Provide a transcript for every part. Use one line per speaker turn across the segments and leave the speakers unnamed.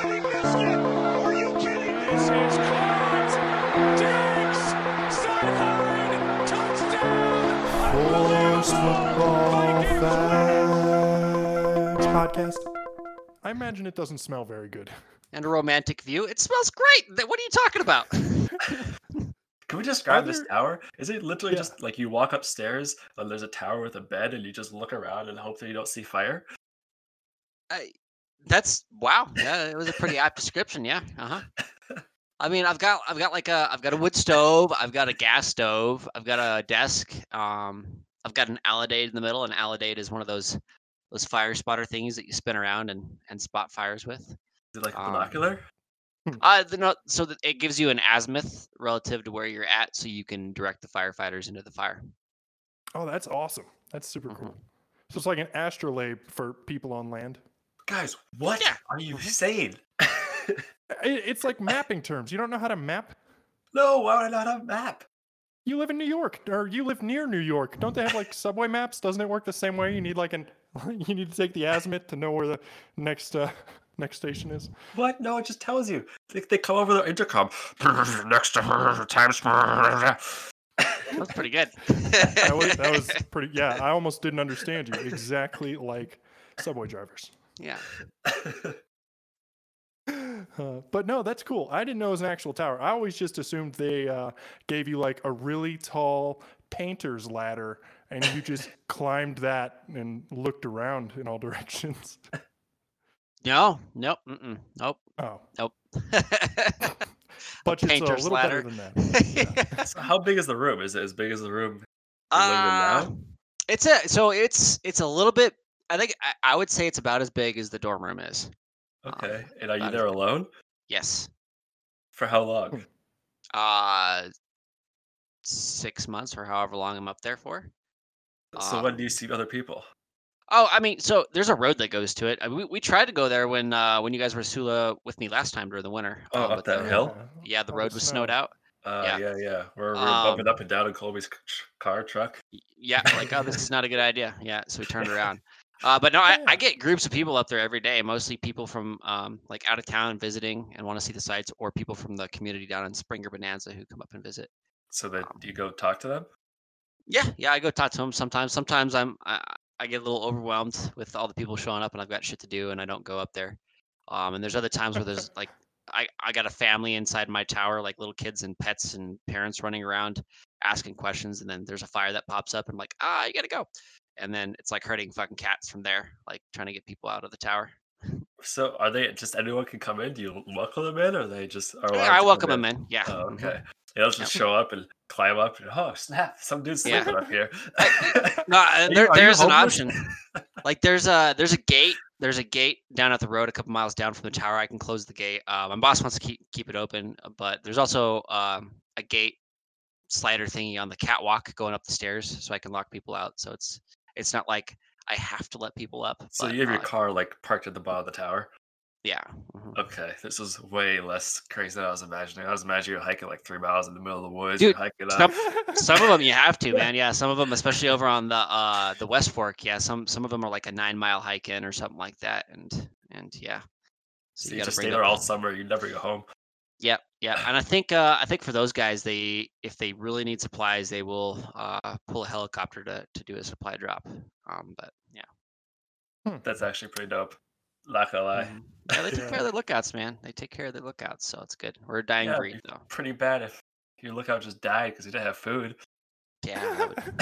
basket. Are you kidding? This is Clark Diggs. Sideline touchdown.
Force Football Facts Podcast. I imagine it doesn't smell very good.
and a romantic view. It smells great. Th- What are you talking about?
Can we describe this
Other-
tower? Is it literally
Yeah.
just like you walk upstairs and there's a tower with a bed and you just look around and hope that you don't see fire?
I, that's wow. Yeah, it was a pretty apt description. Yeah. Uh huh. I mean, I've got I've got like a I've got a wood stove. I've got a gas stove. I've got a desk. Um, I've got an alidade in the middle. An alidade is one of those those fire spotter things that you spin around and and spot fires with.
Is it like a
Um,
binocular?
Uh, the, no, so that it gives you an azimuth relative to where you're at, so you can direct the firefighters into the fire.
Oh, that's awesome. That's super
Mhm.
cool. Mm-hmm. So it's like an astrolabe for people on land.
Guys, what
Yeah.
are you saying?
I- It's like mapping terms. You don't know how to map?
no, why would I not have a map?
You live in New York, or you live near New York. Don't they have like subway maps? Doesn't it work the same way? You need like an you need to take the azimuth to know where the next uh, next station is.
What? No, it just tells you. They, they come over the intercom. Next to Times.
That's pretty good.
That was, that was pretty. Yeah, I almost didn't understand you. Exactly like subway drivers.
yeah.
Uh, but no, that's cool. I didn't know it was an actual tower. I always just assumed they uh, gave you like a really tall painter's ladder and you just climbed that and looked around in all directions.
No. Nope. Mm-mm, nope.
Oh,
Nope.
but it's a
painter's
little
ladder.
better than that.
so how big is the room? Is it as big as the room? you live in
Uh,
now?
it's a so it's it's a little bit. I think I, I would say it's about as big as the dorm room is. um,
Okay. And are you
about as
there
big.
alone?
Yes.
For how long?
Hmm. Uh, six months or however long I'm up there for.
so
Uh,
when do you see other people?
Oh, I mean, so there's a road that goes to it. I mean, we, we tried to go there when uh when you guys were Sula with me last time during the winter.
Oh,
uh,
up
but
that
the-
hill?
Yeah, the
All
road was snowed out.
Uh,
yeah.
yeah, yeah. We're, we're
Um,
bumping up and down in Colby's c- tr- car truck.
y- yeah, like, oh, this is not a good idea. Yeah, so we turned around. Uh, but no, I,
Yeah.
I get groups of people up there every day, mostly people from um, like out of town visiting and want to see the sites, or people from the community down in Springer Bonanza who come up and visit.
So that
Um,
you go talk to them.
Yeah, yeah, I go talk to them sometimes. Sometimes I'm I, I get a little overwhelmed with all the people showing up, and I've got shit to do, and I don't go up there. Um, and there's other times where there's like I I got a family inside my tower, like little kids and pets and parents running around asking questions, and then there's a fire that pops up, and I'm like ah, you gotta go, and then it's like herding fucking cats from there, like trying to get people out of the tower.
So are they just anyone can come in? Do you welcome them in, or they just are?
Yeah,
allowed to
I
come
welcome them in. Yeah.
Oh,
mhm.
okay. They'll just show up and climb up and oh snap! Some dude's
Yeah.
sleeping up here.
No, uh,
you-
there,
are you
there's an
homeless?
option. like there's a there's a gate. There's a gate down at the road, a couple miles down from the tower. I can close the gate. Uh, my boss wants to keep keep it open, uh, but there's also um, a gate slider thingy on the catwalk going up the stairs, so I can lock people out. So it's it's not like I have to let people up.
so
but,
you have your
uh,
car like parked at the bottom of the tower.
Yeah. mhm.
Okay, this is way less crazy than I was imagining. I was imagining you're hiking like three miles in the middle of the woods.
Dude,
you're hiking up.
Some some of them you have to, man. Yeah, some of them, especially over on the uh the West Fork. Yeah, some some of them are like a nine mile hike in or something like that, and and yeah.
so
you
you,
gotta
just
bring
stay
the-
there all summer. You never go home.
Yep, yeah, and I think uh, I think for those guys, they if they really need supplies, they will uh, pull a helicopter to, to do a supply drop. Um, but yeah,
That's actually pretty dope. Not gonna lie.
mhm. yeah, they take care
Yeah.
of their lookouts, man. They take care of their lookouts, so it's good. We're a dying
Yeah,
breed, though.
Pretty bad if your lookout just died because he didn't have food.
Yeah, that would,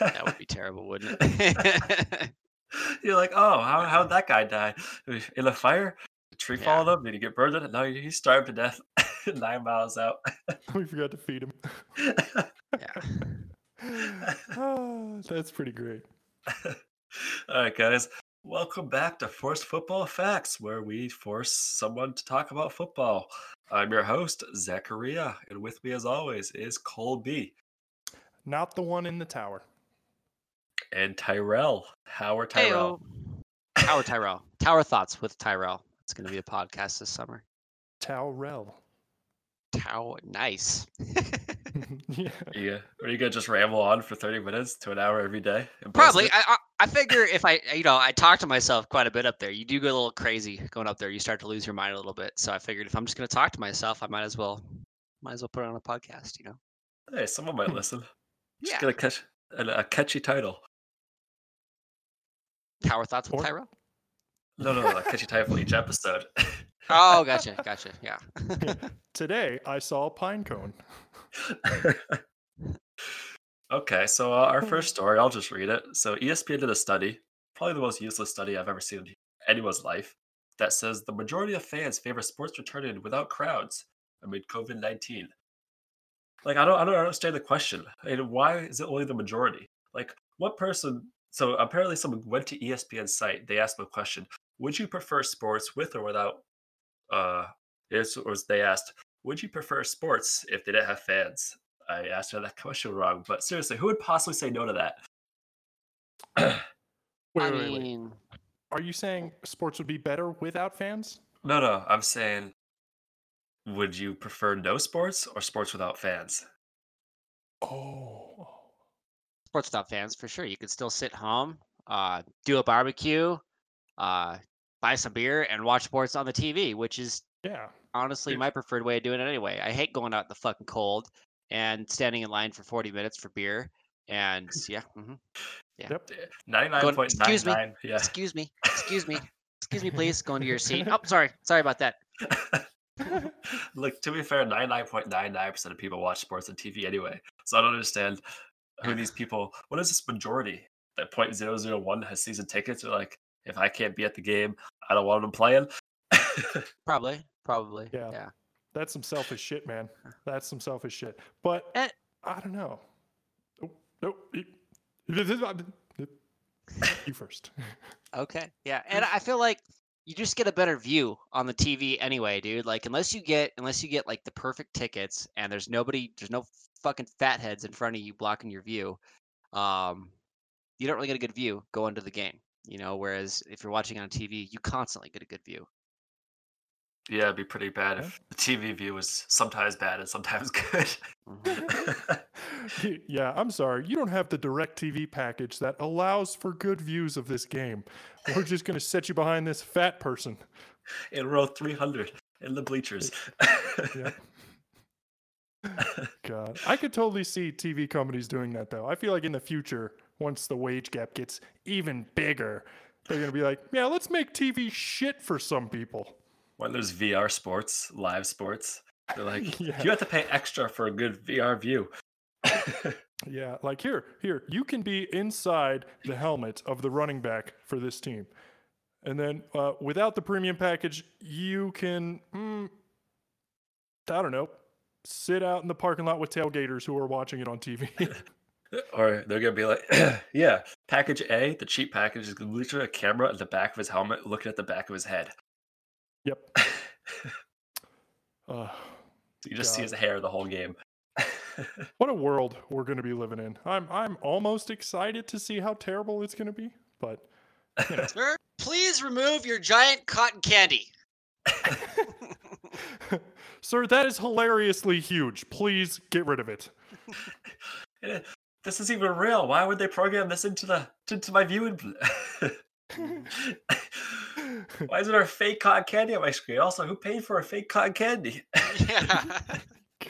that would be terrible, wouldn't it?
You're like, oh, how how'd that guy die? In a fire? The tree
Yeah.
followed him? Did he get burned? in it? No, he he starved to death nine miles out.
we forgot to feed him.
yeah.
Ah, that's pretty great.
All right, guys. Welcome back to Forced Football Facts, where we force someone to talk about football. I'm your host, Zachariah, and with me as always is Cole B
Not the one in the tower.
and Tyrell. How are Tyrell?
Tyrell. Tower Tyrell. Tower Thoughts with Tyrell. It's going to be a podcast this summer.
Towrell.
Tower. Nice.
yeah.
Yeah. Are you gonna just ramble on for 30 minutes to an hour every day? and post
Probably.
it?
I, I I figure if I, you know, I talk to myself quite a bit up there. You do get a little crazy going up there. You start to lose your mind a little bit. So I figured if I'm just going to talk to myself, I might as well, might as well put it on a podcast. You know?
Hey, someone might listen. Just
Yeah.
get a catch a, a catchy title.
Tower thoughts with
Or-
Tyrell.
No, no, no, a catchy title for each episode.
Oh, gotcha, gotcha. Yeah.
Today I saw a pine cone.
okay, so uh, our first story, I'll just read it. So E ESPN did a study, probably the most useless study I've ever seen in anyone's life, that says the majority of fans favor sports returning without crowds amid COVID nineteen. Like I don't, I don't understand the question. And why is it only the majority? Like what person? So apparently, someone went to E ESPN's site. They asked them a question: Would you prefer sports with or without? Uh, it's, or they asked, would you prefer sports if they didn't have fans? I asked her that question wrong, but seriously, who would possibly say no to that?
Wait,
I
wait, wait, wait.
mean,
Are you saying sports would be better without fans?
No, no, I'm saying, would you prefer no sports or sports without fans?
Oh.
sports stop fans for sure. You could still sit home, uh, do a barbecue, uh, buy some beer, and watch sports on the TV, which is
Yeah.
honestly
Dude.
my preferred way of doing it anyway. I hate going out in the fucking cold and standing in line for 40 minutes for beer. And yeah, mhm.
Ninety-nine point nine
excuse me.
nine. Yeah.
excuse me, excuse me, excuse me, please. Go into your seat. Oh, sorry, sorry about that.
Look, to be fair, ninety-nine point nine nine percent of people watch sports on TV anyway, so I don't understand who these people. What is this majority that point zero zero one has season tickets? Are like, if I can't be at the game, I don't want them playing.
Probably, probably.
Yeah.
yeah.
That's some selfish shit, man. That's some selfish shit. But
Eh.
I don't know. Oh, no. You first.
Okay. Yeah. And I feel like you just get a better view on the TV anyway, dude. Like unless you get unless you get like the perfect tickets and there's nobody there's no fucking fatheads in front of you blocking your view, um you don't really get a good view going to the game. You know, whereas if you're watching on TV, you constantly get a good view.
Yeah, it'd be pretty bad
Yeah.
if the TV view was sometimes bad and sometimes good.
Mhm.
Y- yeah, I'm sorry. You don't have the direct TV package that allows for good views of this game. We're just going to set you behind this fat person.
in row 300 in the bleachers.
Yeah. God. I could totally see TV companies doing that, though. I feel like in the future, once the wage gap gets even bigger, they're going to be like, yeah, let's make TV shit for some people.
when there's VR sports, live sports, they're like,
Yeah.
you have to pay extra for a good VR view.
Yeah, like here, here, you can be inside the helmet of the running back for this team. And then uh, without the premium package, you can, mm, I don't know, sit out in the parking lot with tailgaters who are watching it on TV.
Or they're going to be like, yeah, package A, the cheap package is literally a camera at the back of his helmet looking at the back of his head.
yep.
so
Uh,
you just see
God.
his hair the whole game.
what a world we're going to be living in. I'm, I'm almost excited to see how terrible it's going to be, but
Sir, please remove your giant cotton candy.
sir, that is hilariously huge. Please get rid of it.
Eh, this is even real. Why would they program this into the into my viewing? pl- Why is there a fake cotton candy on my screen? Also, who paid for a fake cotton candy?
Yeah.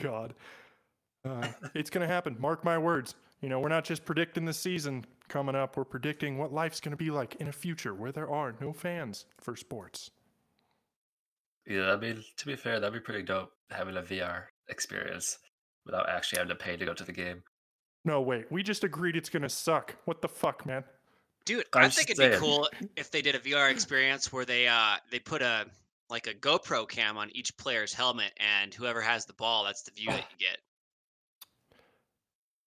God. Uh, it's going to happen. Mark my words. You know, we're not just predicting the season coming up, we're predicting what life's going to be like in a future where there are no fans for sports.
Yeah, I mean, to be fair, that'd be pretty dope having a VR experience without actually having to pay to go to the game.
No, wait. We just agreed it's going to suck. What the fuck, man?
Dude,
I'm
I think it'd
just
be
saying.
cool if they did a VR experience where they uh they put a like a GoPro cam on each player's helmet, and whoever has the ball, that's the view that you get.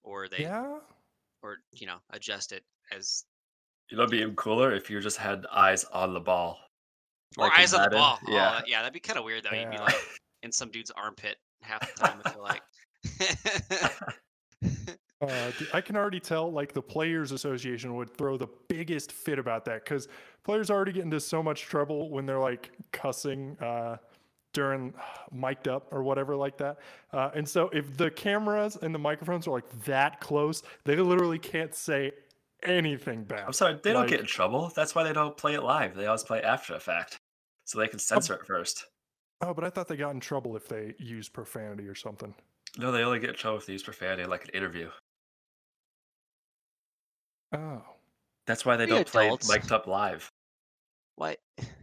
Or they,
Yeah?
or you know, adjust it as
You know, it'd be even cooler if you just had eyes on the ball.
or
like in
eyes on the
Madden.
ball. Yeah,
Yeah.
yeah, that'd be kind of weird though. You'd be
Yeah.
like in some dude's armpit half the time. I feel like.
Uh, d- I can already tell, like, the Players Association would throw the biggest fit about that because players already get into so much trouble when they're, like, cussing uh, during uh, mic'd up or whatever, like that. Uh, and so, if the cameras and the microphones are, like, that close, they literally can't say anything back.
I'm sorry, they don't
Like-
get in trouble. That's why they don't play it live. They always play after the fact, so they can censor it first.
Oh, but I thought they got in trouble if they used profanity or something.
No, they only get in trouble if they use profanity, in, like an interview.
Oh.
That's why they
We
don't play
adults.
mic'd up live
Why?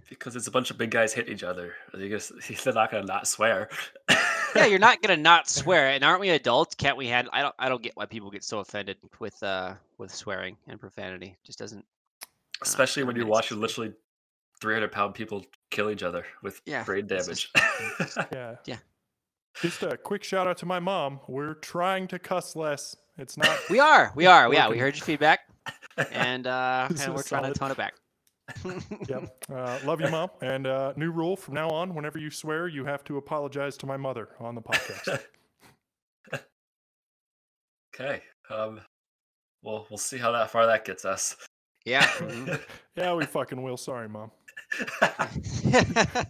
because it's a bunch of big guys hitting each other. They just, they're not gonna not swear.
yeah, you're not gonna not swear, and aren't we adults? Can't we handle? I don't. I don't get why people get so offended with uh with swearing and profanity. Just doesn't. uh,
especially
Ah, that
when you're
makes
watching literally 300 pound people kill each other with
Yeah,
brain
it's
damage.
Yeah.
Yeah.
Just a quick shout out to my mom. We're trying to cuss less. It's not.
We are. We are. Yeah, we
Working.
heard your feedback, and uh,
This
and
is
we're trying
solid.
to tone it back.
yep. Uh, love you, mom. And uh, new rule from now on: whenever you swear, you have to apologize to my mother on the podcast.
okay. Um, well, we'll see how that far that gets us.
Yeah. mhm.
yeah, we fucking will. Sorry, mom.
mm-hmm.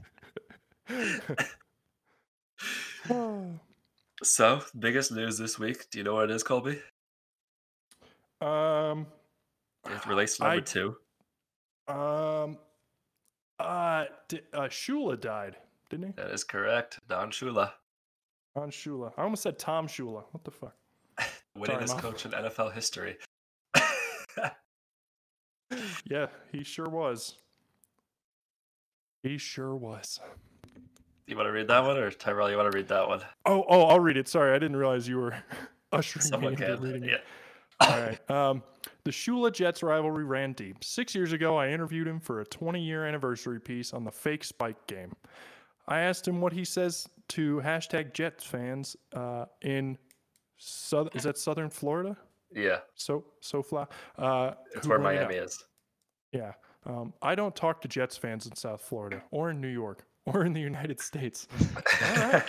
Um,
so, biggest news this week. Do you know what it is, Colby?
um.
It relates to number
I-
two.
Um. Uh, di- uh. Shula died, didn't he?
That is correct. Don Shula,
On Shula. I almost said Tom Shula. What the fuck? Sorry,
winningest
Mom.
coach in NFL history.
Yeah, he sure was. He sure was.
you want to read that one, or Tyrell? You want to read that one?
Oh, oh, I'll read it. Sorry, I didn't realize you were ushering
Someone
me into
can.
reading
Yeah.
it. All right. Um, the Shula Jets rivalry ran deep. Six years ago, I interviewed him for a 20 year anniversary piece on the fake spike game. I asked him what he says to hashtag Jets fans uh, in southern is that Southern Florida?
Yeah.
So so fly. Uh,
It's
who
where
bring it up.
Miami is.
Yeah. Um, I don't talk to Jets fans in South Florida or in New York or in the United States. right.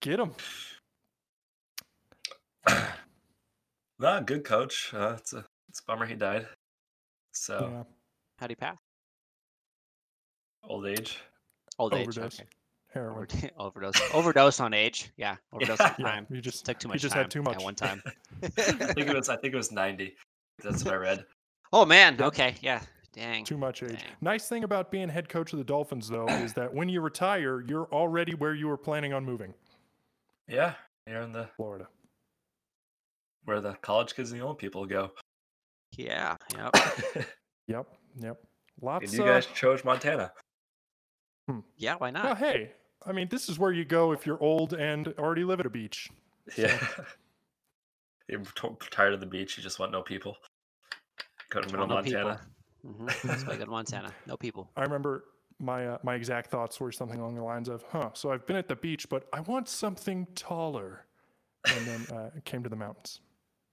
Get them.
no, good coach. Uh, it's a it's a bummer he died. So
Yeah.
How do you pass?
old age.
Old age.
Overdose.
okay.
Heroin.
Overdo- Overdose. Overdose on age. Yeah. Overdose on
Yeah,
time.
you just
Took too
you
much.
just
time
had too
at
much.
one time.
I think it was I think it was ninety. That's what I read.
oh man. Okay. Yeah. Dang.
Too much age.
Dang.
Nice thing about being head coach of the Dolphins, though, is that when you retire, you're already where you were planning on moving,
Yeah, here in the
Florida.
where the college kids and the old people go.
Yeah. Yep.
Yep, yep.
and
Lots
uh,
you
of.
guys chose Montana.
Yeah. Why
well,
not?
hey, I mean, this is where you go if you're old and already live at a beach.
Yeah. You're t- tired of the beach. You just want no people. Go to middle
Oh, no
Montana.
people. Mhm, That's why I go to Montana. No people.
I remember my uh, my exact thoughts were something along the lines of, "Huh, so I've been at the beach, but I want something taller," and then uh, came to the mountains.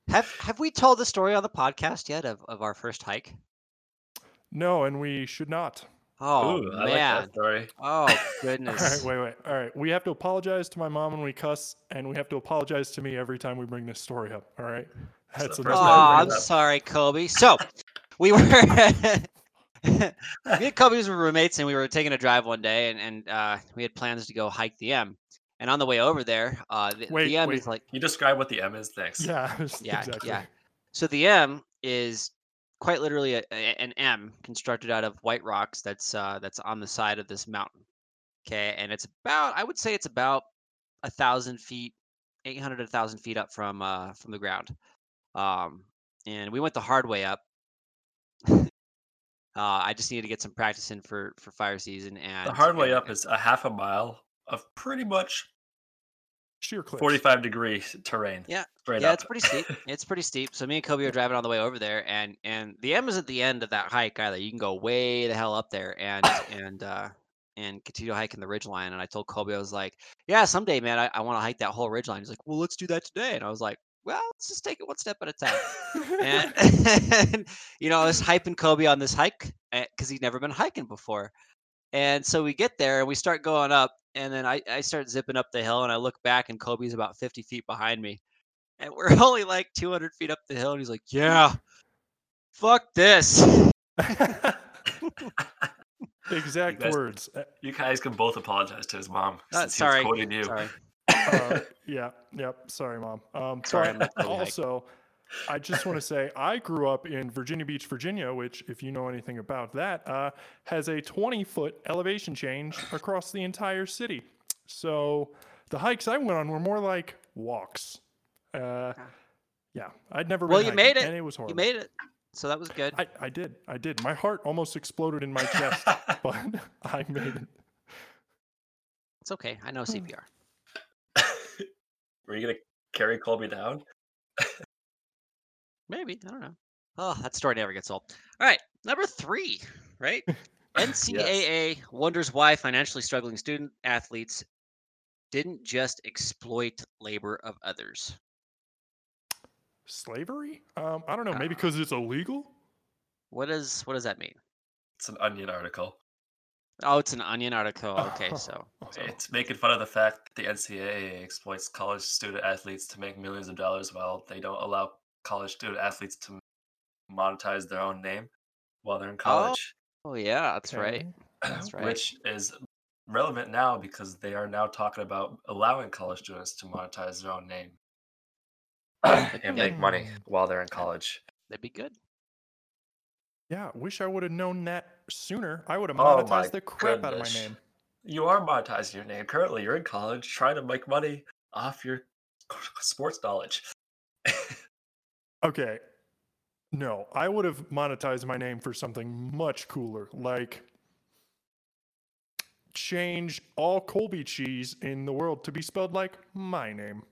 Have have we told the story on the podcast yet of, of our first hike?
No, and we should not.
Oh
Ooh, I like
man.
that story.
oh
All right,
goodness.
wait, wait. All right, we have to apologize to my mom when we cuss, and we have to apologize to me every time we bring this story up. All right,
the
that's
first
enough.
time I've
oh,
heard
I'm
that.
sorry, Kobe. So we were me and Kobe were roommates and we were taking a drive one day and, and uh, we had plans to go hike the M. And on the way over there, uh, the,
Wait,
the M
wait.
is like
You describe what the M is next.
Yeah, it's-
Yeah,
exactly.
yeah. So the M is quite literally a, a- an M constructed out of white rocks that's uh, that's on the side of this mountain. Okay, and it's about I would say it's about a thousand feet, eight hundred a thousand feet up from uh, from the ground. Um, and we went the hard way up. uh, I just needed to get some practice in for for fire season. And
The hard way
and-
up is a half a mile of pretty much
Sheer cliffs.
45 degree terrain.
Yeah.
Straight
yeah,
up.
it's pretty steep. It's pretty steep. So me and Kobe are driving on the way over there, and and the M is at the end of that hike either. You can go way the hell up there and and uh and continue hiking the ridgeline. And I told Kobe, I was like, yeah, someday, man, I, I want to hike that whole ridgeline. He's like, well, let's do that today. And I was like, well, let's just take it one step at a time. And, and, you know, I was hyping Kobe on this hike because he'd never been hiking before. And so we get there and we start going up. And then I, I start zipping up the hill and I look back and Kobe's about 50 feet behind me. And we're only like 200 feet up the hill. And he's like, yeah, fuck this. Uh,
exact
guys-
words. Uh,
You guys can both apologize to his mom.
Uh,
since he was
sorry.
quoting you.
Sorry.
uh, yeah, yep. Sorry, mom. Um,
Sorry, I
but
meant Kobe Hike.
also, I just want to say I grew up in Virginia Beach, Virginia, which, if you know anything about that, uh, has a 20 foot elevation change across the entire city. So the hikes I went on were more like walks. Uh, yeah, I'd never.
Well,
been
you
hiking,
made it.
and it was horrible.
You made it. So that was good.
I, I did. I did. My heart almost exploded in my chest, but I made it.
It's okay. I know CPR.
Were you gonna carry Colby down?
Maybe. I don't know. Oh, that story never gets old. All right. Number three, right? NCAA wonders why financially struggling student athletes didn't just exploit labor of others.
Slavery? Um, I don't know.
Ah.
Maybe because it's illegal.
What does what does that mean?
It's an onion article.
Oh, it's an Onion article. Okay,
Oh.
so
It's making fun of the fact that the NCAA exploits college student athletes to make millions of dollars while they don't allow college student athletes to monetize their own name while they're in college,
oh yeah, that's right.
Okay.
that's right.
which is relevant now because they are now talking about allowing college students to monetize their own name and make
Hmm.
money while they're in college.
That'd be good.
Yeah, wish I would have known that sooner. I would have
Oh
monetized
my
the crap out of my
goodness.
name.
You are monetizing your name currently. You're in college trying to make money off your sports knowledge.
Okay. No, I would have monetized my name for something much cooler, like change all Colby cheese in the world to be spelled like my name.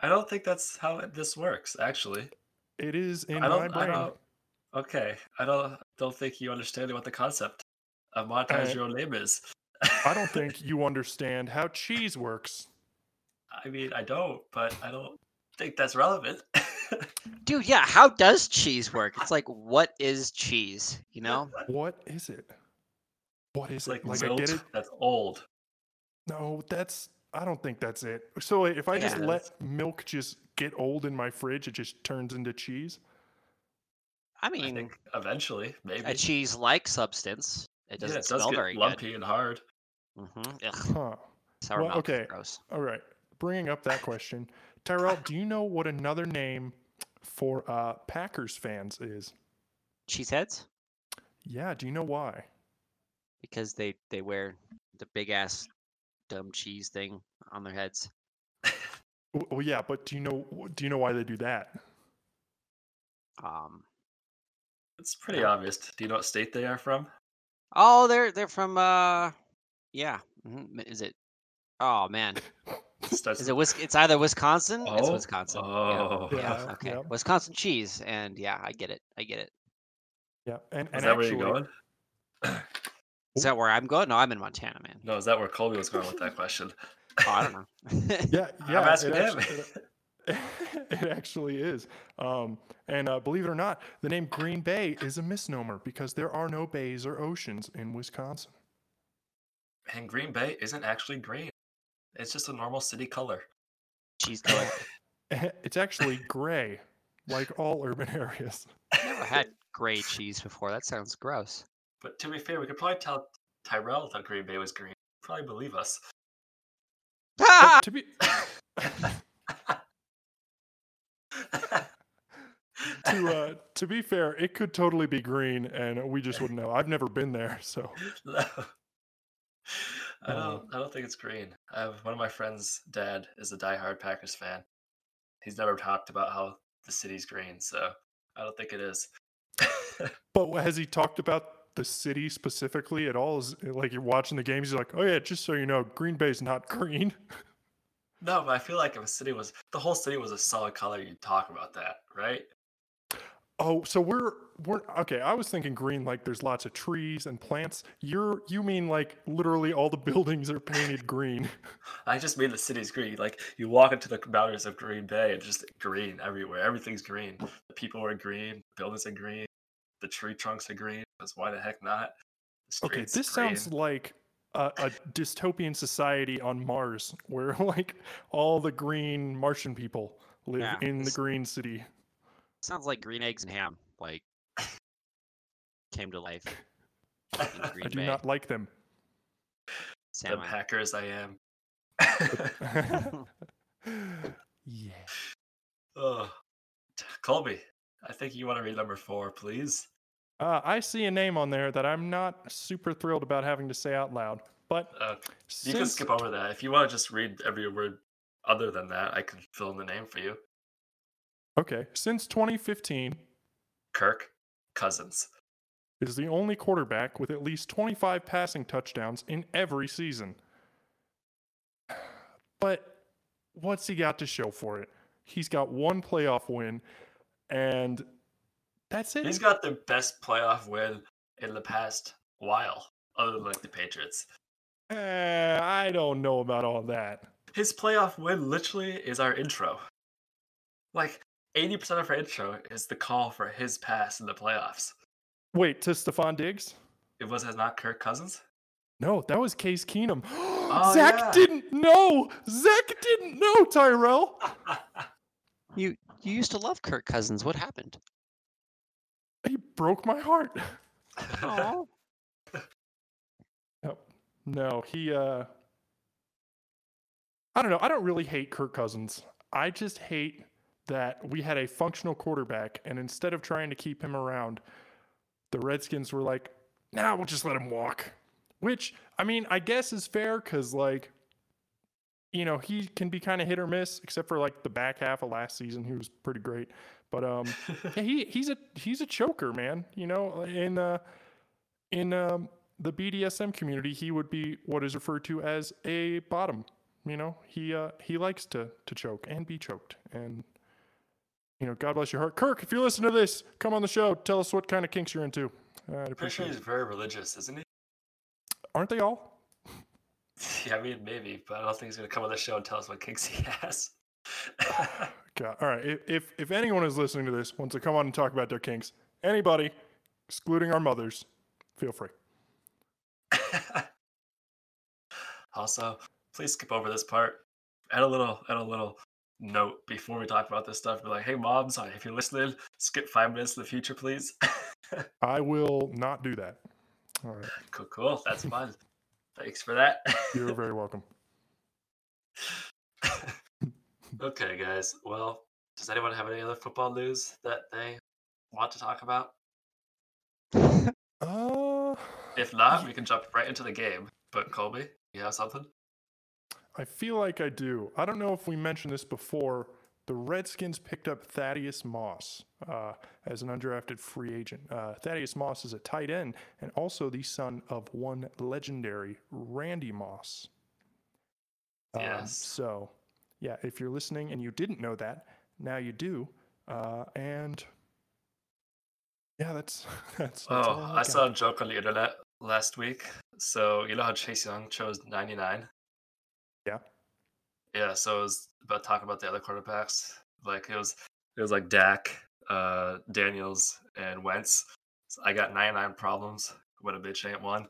I don't think that's how it- this works, actually.
It is in
I
my
don't, I
brain.
don't. Okay, I don't. Don't think you understand what the concept of monetize
Alright.
your own name is.
I don't think you understand how cheese works.
I mean, I don't, but I don't think that's relevant.
Dude, yeah, how does cheese work? It's like what is cheese, you know?
What is it? What is
it's like,
it? Like I
lilt,
get it.
That's old.
No, that's I don't think that's it. So if I just
Yeah.
let milk just get old in my fridge, it just turns into cheese.
I
I
mean,
think eventually, maybe.
a cheese-like substance. It
Yeah,
doesn't
it does
smell
get
very
lumpy and hard.
good. Mm-hmm. Ugh,
Huh.
sour
Well,
milk.
okay.
Gross.
All right. Bringing up that question, Tyrell, do you know what another name for uh, Packers fans is?
Cheeseheads,
Yeah. Do you know why?
because they they wear the big ass dumb cheese thing on their heads.
W- Well, Oh, yeah, but do you know do you know why they do that?
Um,
It's pretty
Yeah.
obvious. Do you know what state they are from?
oh, they're they're from uh, yeah. mhm, m- Is it? Oh man,
It starts
is
with-
it? Wis- it's either Wisconsin. it's
Oh,
Wisconsin. Yeah.
Oh,
Yeah.
Yeah,
okay.
yeah.
Wisconsin cheese, and yeah, I get it. I get it.
Yeah. And
is
and
that
actually,
where you're going?
Is that where I'm going? No, I'm in Montana, man.
No, is that where Colby was going with that question?
Oh, I don't know.
yeah, yeah.
I'm
it
asking him.
actually- it- it actually is. Um, and uh, believe it or not, the name Green Bay is a misnomer because there are no bays or oceans in Wisconsin.
and Green Bay isn't actually green. It's just a normal city color.
cheese color.
It's actually gray, like all urban areas.
Never had gray cheese before. That sounds gross.
But to be fair, we could probably tell Tyrell that Green Bay was green. Probably believe us.
But to be to uh, to be fair, it could totally be green, and we just wouldn't know. I've never been there, so
No. I
Oh.
don't. I don't think it's green. I have one of my friends' dad is a diehard Packers fan. He's never talked about how the city's green, so I don't think it is.
But has he talked about the city specifically at all? Is like you're watching the games, you're like, oh yeah, just so you know, Green Bay's not green.
No, but I feel like if a city was the whole city was a solid color, you'd talk about that, right?
Oh, so we're we're okay. I was thinking green, like there's lots of trees and plants. You're you mean like literally all the buildings are painted green?
I just mean the city's green. Like you walk into the boundaries of Green Bay, it's just green everywhere. Everything's green. The people are green. The buildings are green. The tree trunks are green. Because why the heck not? The
Okay,
streets
this
green.
sounds like a, a dystopian society on Mars where like all the green Martian people live
Yeah,
in the
this-
green city.
Sounds like green eggs and ham. Like came to life in Green
I do
Bay.
not like them.
the
Semi.
hackers I am.
yeah.
Ugh. Colby, I think you want to read number four, please.
Uh, I see a name on there that I'm not super thrilled about having to say out loud, but
Uh, you
since,
can skip over that. If you want to just read every word other than that, I can fill in the name for you.
okay, since 2015
Kirk Cousins.
is the only quarterback with at least 25 passing touchdowns in every season. But what's he got to show for it? He's got one playoff win, and that's it.
He's got the best playoff win in the past while, other than like the Patriots.
Eh, I don't know about all that.
His playoff win literally is our intro. Like 80% of our intro is the call for his pass in the playoffs.
Wait, to Stephon Diggs?
It was it not Kirk Cousins?
No, that was Case Keenum. Zach
Oh, yeah.
didn't know. Zach didn't know, Tyrell.
You you used to love Kirk Cousins. What happened?
He broke my heart.
Oh,
No, he uh I don't know. I don't really hate Kirk Cousins. I just hate that we had a functional quarterback and instead of trying to keep him around, the Redskins were like, "Nah, we'll just let him walk." Which I mean, I guess is fair cuz like you know, he can be kind of hit or miss except for like the back half of last season he was pretty great. But um yeah, he he's a he's a choker, man. You know, in uh, in um, the BDSM community, he would be what is referred to as a bottom. You know, he uh, he likes to to choke and be choked, and you know, God bless your heart, Kirk. If you listen to this, come on the show, tell us what kind of kinks you're into. I'd
Pretty sure
appreciate
he's
it.
very religious, isn't he?
Aren't they all?
Yeah, I mean, maybe, but I don't think he's going to come on the show and tell us what kinks he has.
God. All right. If, if if anyone is listening to this, wants to come on and talk about their kinks, anybody, excluding our mothers, feel free.
also, please skip over this part. Add a little, add a little note before we talk about this stuff. Be like, hey, moms, uh, if you're listening, skip five minutes in the future, please.
I will not do that. All right.
cool, cool. That's fun. Thanks for that.
You're very welcome.
okay, guys. Well, does anyone have any other football news that they want to talk about?
Uh,
If not, we can jump right into the game. But Colby, you have something?
I feel like I do. I don't know if we mentioned this before. The Redskins picked up Thaddeus Moss uh, as an undrafted free agent. Uh, Thaddeus Moss is a tight end and also the son of one legendary Randy Moss. Um,
Yes.
So, yeah, if you're listening and you didn't know that, now you do. Uh, and yeah, that's that's. that's all
Oh, I
got.
saw a joke on the internet last week. So you know how Chase Young chose ninety nine?
Yeah.
Yeah, so it was about talking about the other quarterbacks. Like it was it was like Dak, uh, Daniels, and Wentz. So I got ninety nine problems when a bitch ain't one.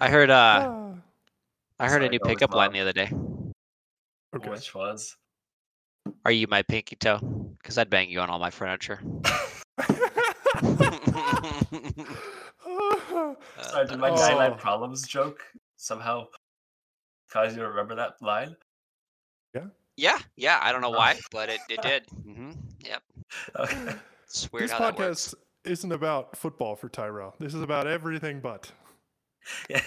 I heard uh
Ah.
I heard
Sorry,
a new
go with
pickup line
mom.
the other day.
okay.
Which was
Are you my pinky toe? Because I'd bang you on all my furniture. Uh, Uh,
sorry, did my
Oh.
ninety nine problems joke somehow cause you to remember that line?
yeah, yeah. I don't know
Oh.
why, but it, it did. hmm Yep. Hmm.
Okay.
It's weird
this
how that
podcast
works.
isn't about football for Tyrell. This is about everything but.
yeah.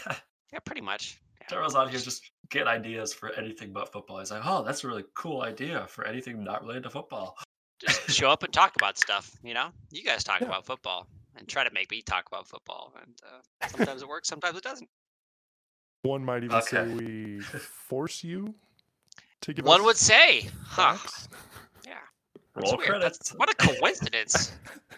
Yeah, pretty much. Yeah.
Daryl's out here just getting ideas for anything but football. He's like, oh, that's a really cool idea for anything not related to football.
Just show up and talk about stuff. You know, you guys talk
Yeah.
about football and try to make me talk about football, and uh, sometimes it works, sometimes it doesn't.
One might even say
Okay.
we force you to give
One
us
would say, huh?
facts.
Yeah. That's
Roll
weird.
credits.
That's- what a coincidence.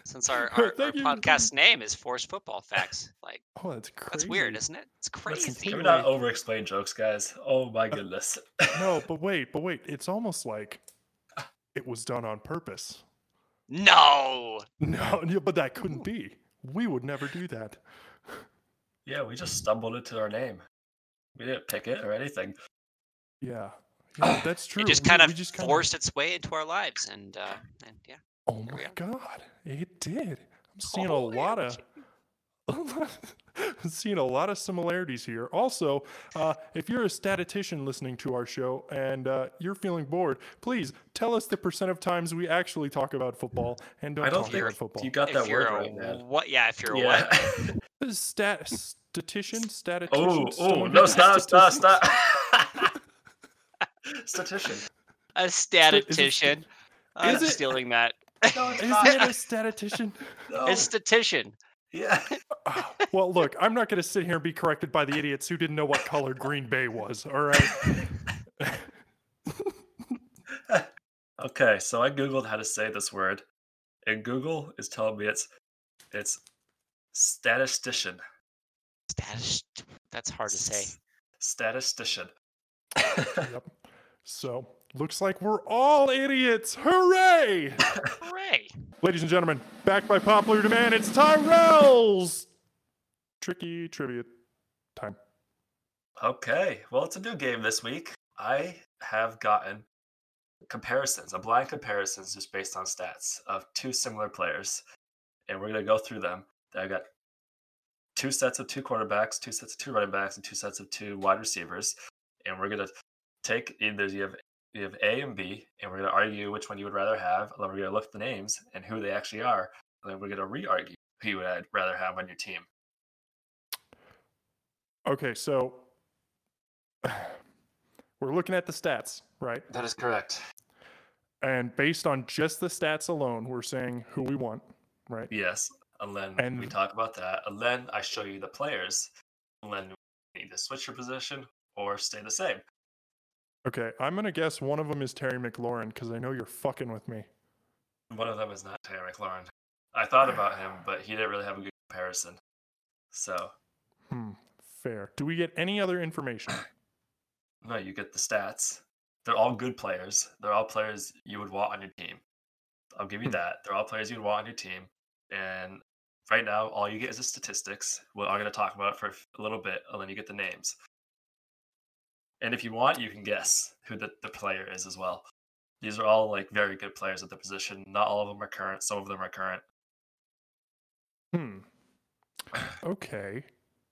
since our, our, our
Thank you for the-
podcast name is Forced Football Facts. Like
Oh, that's crazy.
that's weird, isn't it? It's crazy.
Can
totally-
we not over explain jokes, guys? Oh my goodness.
No, but wait, but wait. It's almost like it was done on purpose.
No.
No, yeah, but that couldn't be. We would never do that.
yeah, we just stumbled into our name. We didn't pick it or anything.
Yeah. Yeah, that's true.
It just
We-
kind
we
of
just kinda-
forced its way into our lives, and uh, and yeah.
Oh
we
my
are.
god, it did. I'm seeing a
Holy
lot
hell,
of Seeing a lot of similarities here. Also, uh, if you're a statistician listening to our show and uh, you're feeling bored, please tell us the percent of times we actually talk about football and don't,
I don't
talk
think
about football.
you got
if
that
you're
word
a
right, man.
what? Yeah, if you're a what?
Yeah.
This is stat statistician, statistician.
oh, oh,
someone
no,
who-
stop, stop,
statistician.
stop. Statistician.
A
it- is it-
statistician. I'm
is it-
stealing that.
No, it's not.
Isn't it a statistician?
No.
A statistician.
Yeah.
Ah, well, look, I'm not going to sit here and be corrected by the idiots who didn't know what color Green Bay was. All right.
Okay, so I googled how to say this word, and Google is telling me it's it's statistician.
Statist. That's hard to say.
S- Statistician.
Yep. So, looks like we're all idiots. Hooray!
Hooray!
Ladies and gentlemen, back by popular demand, it's Tyrell's tricky trivia time.
okay, well, it's a new game this week. I have gotten comparisons, a blind comparisons just based on stats of two similar players, and we're gonna go through them. I got two sets of two quarterbacks, two sets of two running backs, and two sets of two wide receivers, and we're gonna take either you have you have A and B, and we're gonna argue which one you would rather have. And then we're gonna look at the names and who they actually are, and then we're gonna re-argue who you would rather have on your team.
Okay, so we're looking at the stats, right?
That is correct.
And based on just the stats alone, we're saying who we want, right?
Yes, and then we
And-
talk about that. And then I show you the players. And then you either switch your position or stay the same.
Okay, I'm going to guess one of them is Terry McLaurin because I know you're fucking with me.
One of them is not Terry McLaurin. I thought about him, but he didn't really have a good comparison. So
Hmm, fair. Do we get any other information?
no, you get the stats. They're all good players. They're all players you would want on your team. I'll give you
Hmm.
that. They're all players you'd want on your team. And right now, all you get is the statistics. We're all going to talk about it for a f- a little bit, and then you get the names. And if you want, you can guess who the, the player is as well. These are all like very good players at the position. Not all of them are current. Some of them are current.
Hmm. Okay.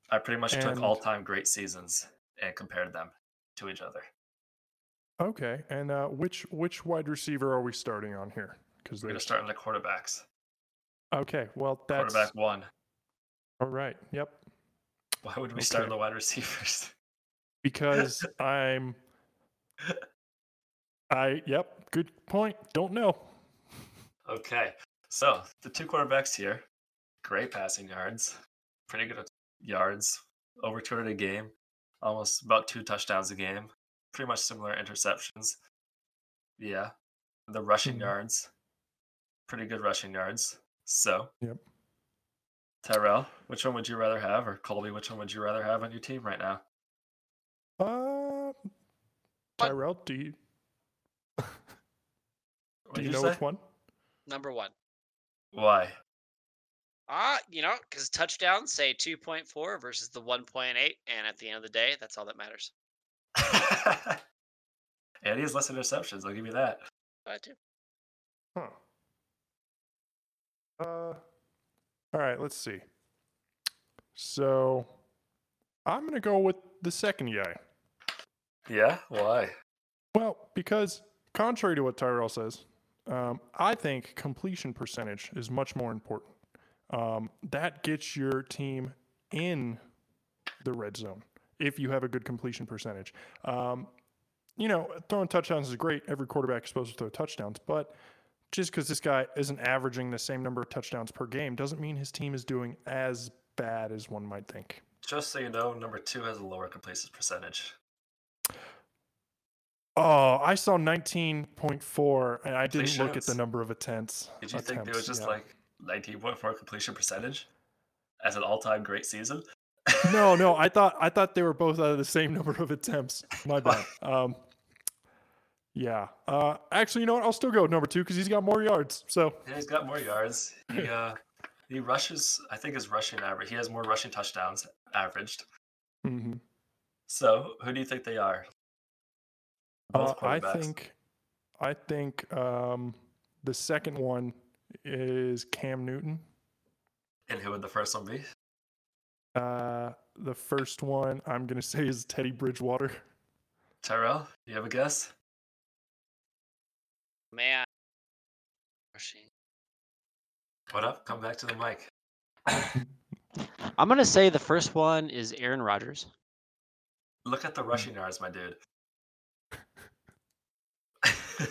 I pretty much took
And-
all time great seasons and compared them to each other.
Okay, and uh, which which wide receiver are we starting on here? Because
We're going to start on the quarterbacks.
okay, well that's
Quarterback one.
all right. Yep,
Why would we start on
Okay.
the wide receivers?
because I'm. I yep. Good point. Don't know.
Okay. So the two quarterbacks here, great passing yards, pretty good at- yards, over 200 a game, almost about two touchdowns a game, pretty much similar interceptions. Yeah. The rushing
Mhm.
yards, pretty good rushing yards. So,
Yep.
Tyrell, which one would you rather have? Or Colby, which one would you rather have on your team right now?
Uh, Tyrell, do you
What
do
did
you, know
say?
which one?
Number one.
Why?
Ah, you know, because touchdowns say 2.4 versus the 1.8, and at the end of the day, that's all that matters.
and he has less interceptions. I'll give you that.
I do.
Huh. Uh, all right. Let's see. So, I'm gonna go with the second guy.
Yeah. Why?
Well, because contrary to what Tyrell says, um, I think completion percentage is much more important. Um, that gets your team in the red zone if you have a good completion percentage. Um, you know, throwing touchdowns is great. Every quarterback is supposed to throw touchdowns, but just because this guy isn't averaging the same number of touchdowns per game doesn't mean his team is doing as bad as one might think.
Just so you know, number two has a lower completion percentage.
Oh, I saw 19.4 and I didn't look at the
should've-
number of attempts.
Did you think there was
attempts,
just
yeah.
like 19.4 completion percentage as an all-time great season?
No, no, I thought I thought they were both out of the same number of attempts. My bad. Um Yeah. Uh actually, you know what? I'll still go with number 2 cuz he's got more yards. So,
Yeah, he's got more yards. He uh, he rushes. I think his rushing average. He has more rushing touchdowns averaged. Mm-hmm.
mhm.
So who do you think they are?
Uh,
Both
I
quarterbacks.
think I think um the second one is Cam Newton.
And who would the first one be?
Uh, the first one I'm gonna say is Teddy Bridgewater.
Tyrell, you have a guess?
Man. Rushing.
What up? Come back to the mic.
I'm gonna say the first one is Aaron Rodgers.
Look at the
Mm.
rushing yards, my dude.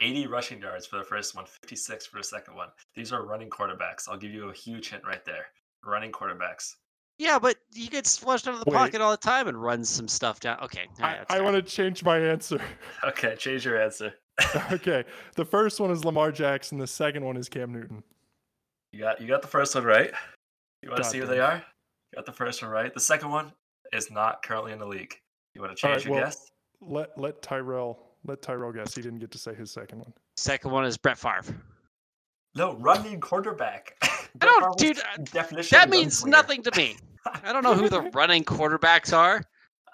80 rushing yards for the first one, 56 for the second one. These are running quarterbacks. I'll give you a huge hint right there. Running quarterbacks.
Yeah, but he gets flushed out of the
Wait.
pocket all the time and runs some stuff down. Okay,
I, I want to change my answer.
Okay, change your answer.
okay, the first one is Lamar Jackson. The second one is Cam Newton.
You got you got the first one right. You want to
God
see who
damn
they
it.
are? You got the first one right. The second one is not currently in the league. You want to change
Alright,
your
well-
guess?
Let let Tyrell let Tyrell guess. He didn't get to say his second one.
Second one is Brett Favre.
No, running quarterback.
I
Brett Favre
don't,
was
dude.
the
uh,
Definition
That
of a
means
gunslinger.
nothing to me. I don't know who the running quarterbacks are.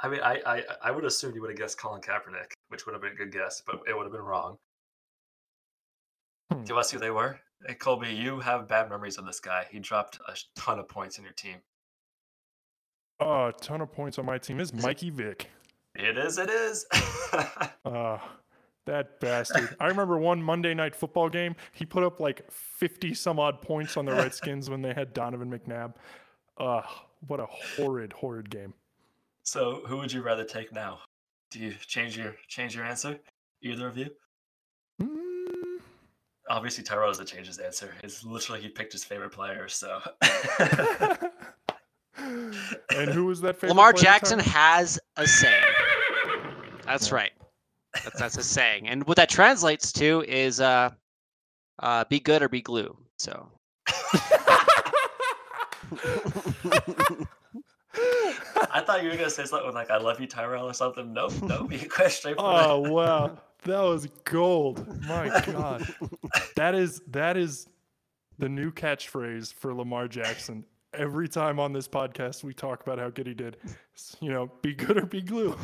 I mean, I, I I would assume you would have guessed Colin Kaepernick, which would have been a good guess, but it would have been wrong.
Hmm.
Do you want to see who they were? Hey, Colby, you have bad memories of this guy. He dropped a sh- ton of points in your team.
Oh, a ton of points on my team is Mikey Vick.
It is. It is.
Uh, that bastard. I remember one Monday night football game. He put up like 50 some odd points on the Redskins when they had Donovan McNabb. Uh, what a horrid, horrid game.
so, who would you rather take now? Do you change your change your answer? Either of you?
Mm,
Obviously, Tyrell doesn't change his answer. It's literally he picked his favorite player. So,
and who was that favorite?
Lamar
player, Tyler?
Jackson has a saying. That's right. That's, that's a saying. And what that translates to is uh, uh, be good or be glue. So
I thought you were gonna say something like "I love you, Tyrell" or something. Nope, nope. You quite straight from
Oh wow, that was gold! My God, that is that is the new catchphrase for Lamar Jackson. Every time on this podcast, we talk about how good he did. S- You know, be good or be glue.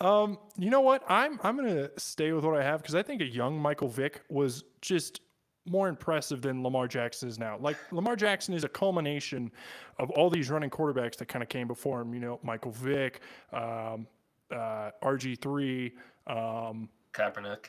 um, you know what? I'm I'm gonna stay with what I have because I think a young Michael Vick was just more impressive than Lamar Jackson is now. Like Lamar Jackson is a culmination of all these running quarterbacks that kind of came before him. You know, Michael Vick, um, uh, RG3, um,
Kaepernick.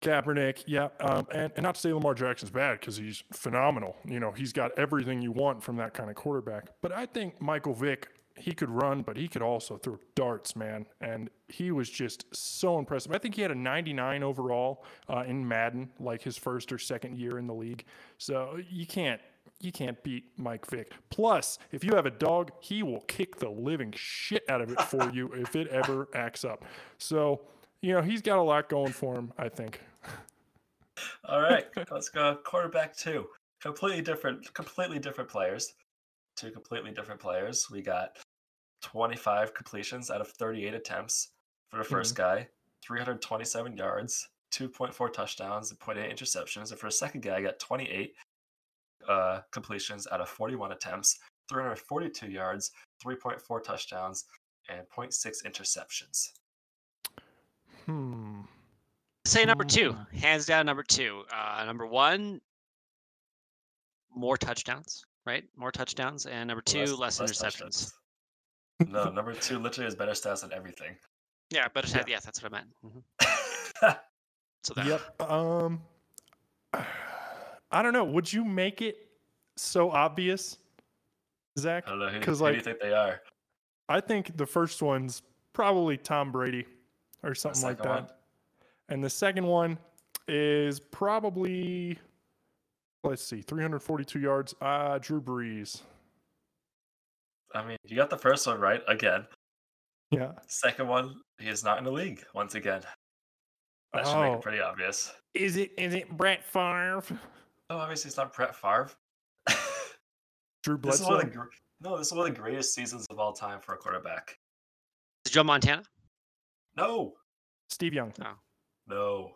Kaepernick. Yeah, um, and, and not to say Lamar Jackson's bad because he's phenomenal. You know, he's got everything you want from that kind of quarterback. But I think Michael Vick, he could run, but he could also throw darts, man. And he was just so impressive. I think he had a 99 overall uh, in Madden, like his first or second year in the league. So you can't. You can't beat Mike Vick. Plus, if you have a dog, he will kick the living shit out of it for you if it ever acts up. So, you know, he's got a lot going for him, I think.
All right, let's go quarterback two. Completely different, completely different players. Two completely different players. We got 25 completions out of 38 attempts for the 1st
Mm-hmm.
guy, 327 yards, 2.4 touchdowns, and 0.8 interceptions. And for the second guy, I got 28 uh, completions out of 41 attempts, 342 yards, 3.4 touchdowns, and 0.6 interceptions.
Hmm.
say number two, hands down number two. Uh, number one, more touchdowns, right? More touchdowns, and number two, less, interceptions.
touchdowns. No, number two literally has better stats than everything.
Yeah, better yeah. yeah, that's what I meant. Mhm. So that
Yep. Um I don't know. Would you make it so obvious, Zach?
I don't know who, who
Because
do you
like
think they are.
I think the first one's probably Tom Brady or something like
second
that.
one?
And the second one is probably let's see, 342 yards. Ah, Drew Brees.
I mean, you got the first one right again.
Yeah.
Second one, he is not in the league once again. That should make
Oh.
it pretty obvious.
Is it is it Brett Favre?
Oh, obviously it's not Brett Favre.
Drew
this is one
Bledsoe.
of the gr- no, this is one of the greatest seasons of all time for a quarterback.
is Joe Montana.
No,
Steve Young.
no.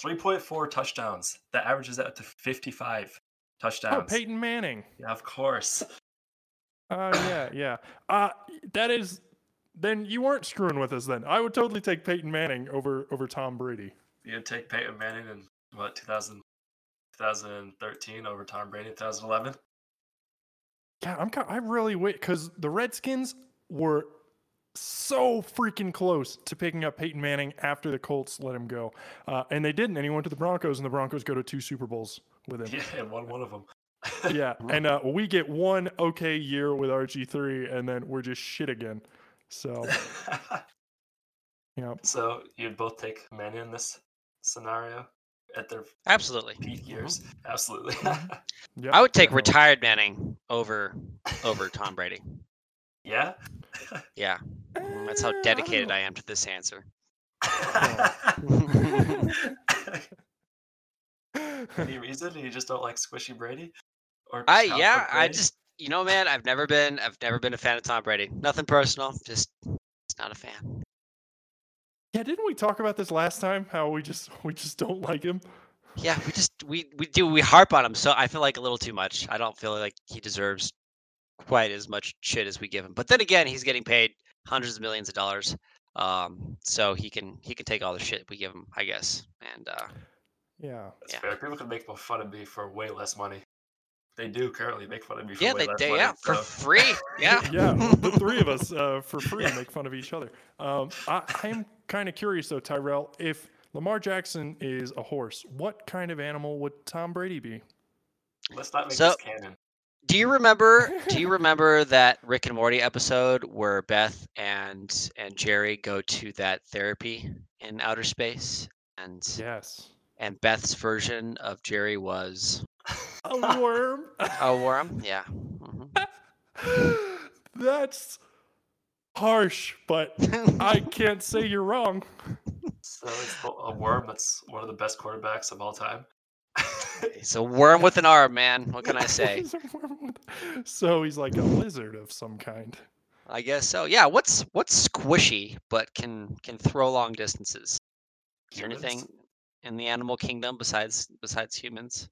3.4 touchdowns. That averages out to 55
Oh,
touchdowns.
Peyton Manning.
Yeah, of course.
Uh, yeah, yeah. Uh, that is. Then you weren't screwing with us. Then I would totally take Peyton Manning over over Tom Brady.
You'd take Peyton Manning in what 2000, 2013 over Tom Brady in 2011.
God, I'm ki- I really wait because the Redskins were so freaking close to picking up Peyton Manning after the Colts let him go, uh, and they didn't. And he went to the Broncos, and the Broncos go to two Super Bowls with him.
Yeah, and won one of them.
yeah, and uh, we get one okay year with RG three, and then we're just shit again. So you know,
so you'd both take Manning in this scenario at their
Absolutely.
peak years. Absolutely.
Mm-hmm.
yeah,
I would take
definitely.
retired Manning over over Tom Brady.
yeah.
Yeah, mm, that's how dedicated I am to this answer.
Any reason you just don't like Squishy Brady? Or
I
Tom
yeah, I
Brady?
just you know, man, I've never been I've never been a fan of Tom Brady. Nothing personal, just just not a fan.
Yeah, didn't we talk about this last time? How we just we just don't like him.
Yeah, we just we we do we harp on him, so I feel like a little too much. I don't feel like he deserves quite as much shit as we give him. But then again, he's getting paid hundreds of millions of dollars. Um, so he can he can take all the shit we give him, I guess. And uh
Yeah,
That's
yeah.
fair. People can make fun of me for way less money. They do currently make fun of me for
yeah,
way
they
less
day
money.
out for
so-
free. Yeah.
yeah. the three of us uh, for free make fun of each other. Um, I, I'm kind of curious though, Tyrell. If Lamar Jackson is a horse, what kind of animal would Tom Brady be?
Let's not make
So-
this canon.
Do you remember? Do you remember that Rick and Morty episode where Beth and and Jerry go to that therapy in outer space, and
Yes,
and Beth's version of Jerry was
a worm.
a Oh, worm? Yeah. mhm.
That's harsh, but
Mm-hmm.
I can't say you're wrong.
So it's a- a worm that's one of the best quarterbacks of all time.
it's a worm with an arm, man. What can I say?
He's a worm with- so he's like a lizard of some kind.
I guess so. Yeah. What's what's squishy but can can throw long distances? Is there
Humans?
anything in the animal kingdom besides besides humans?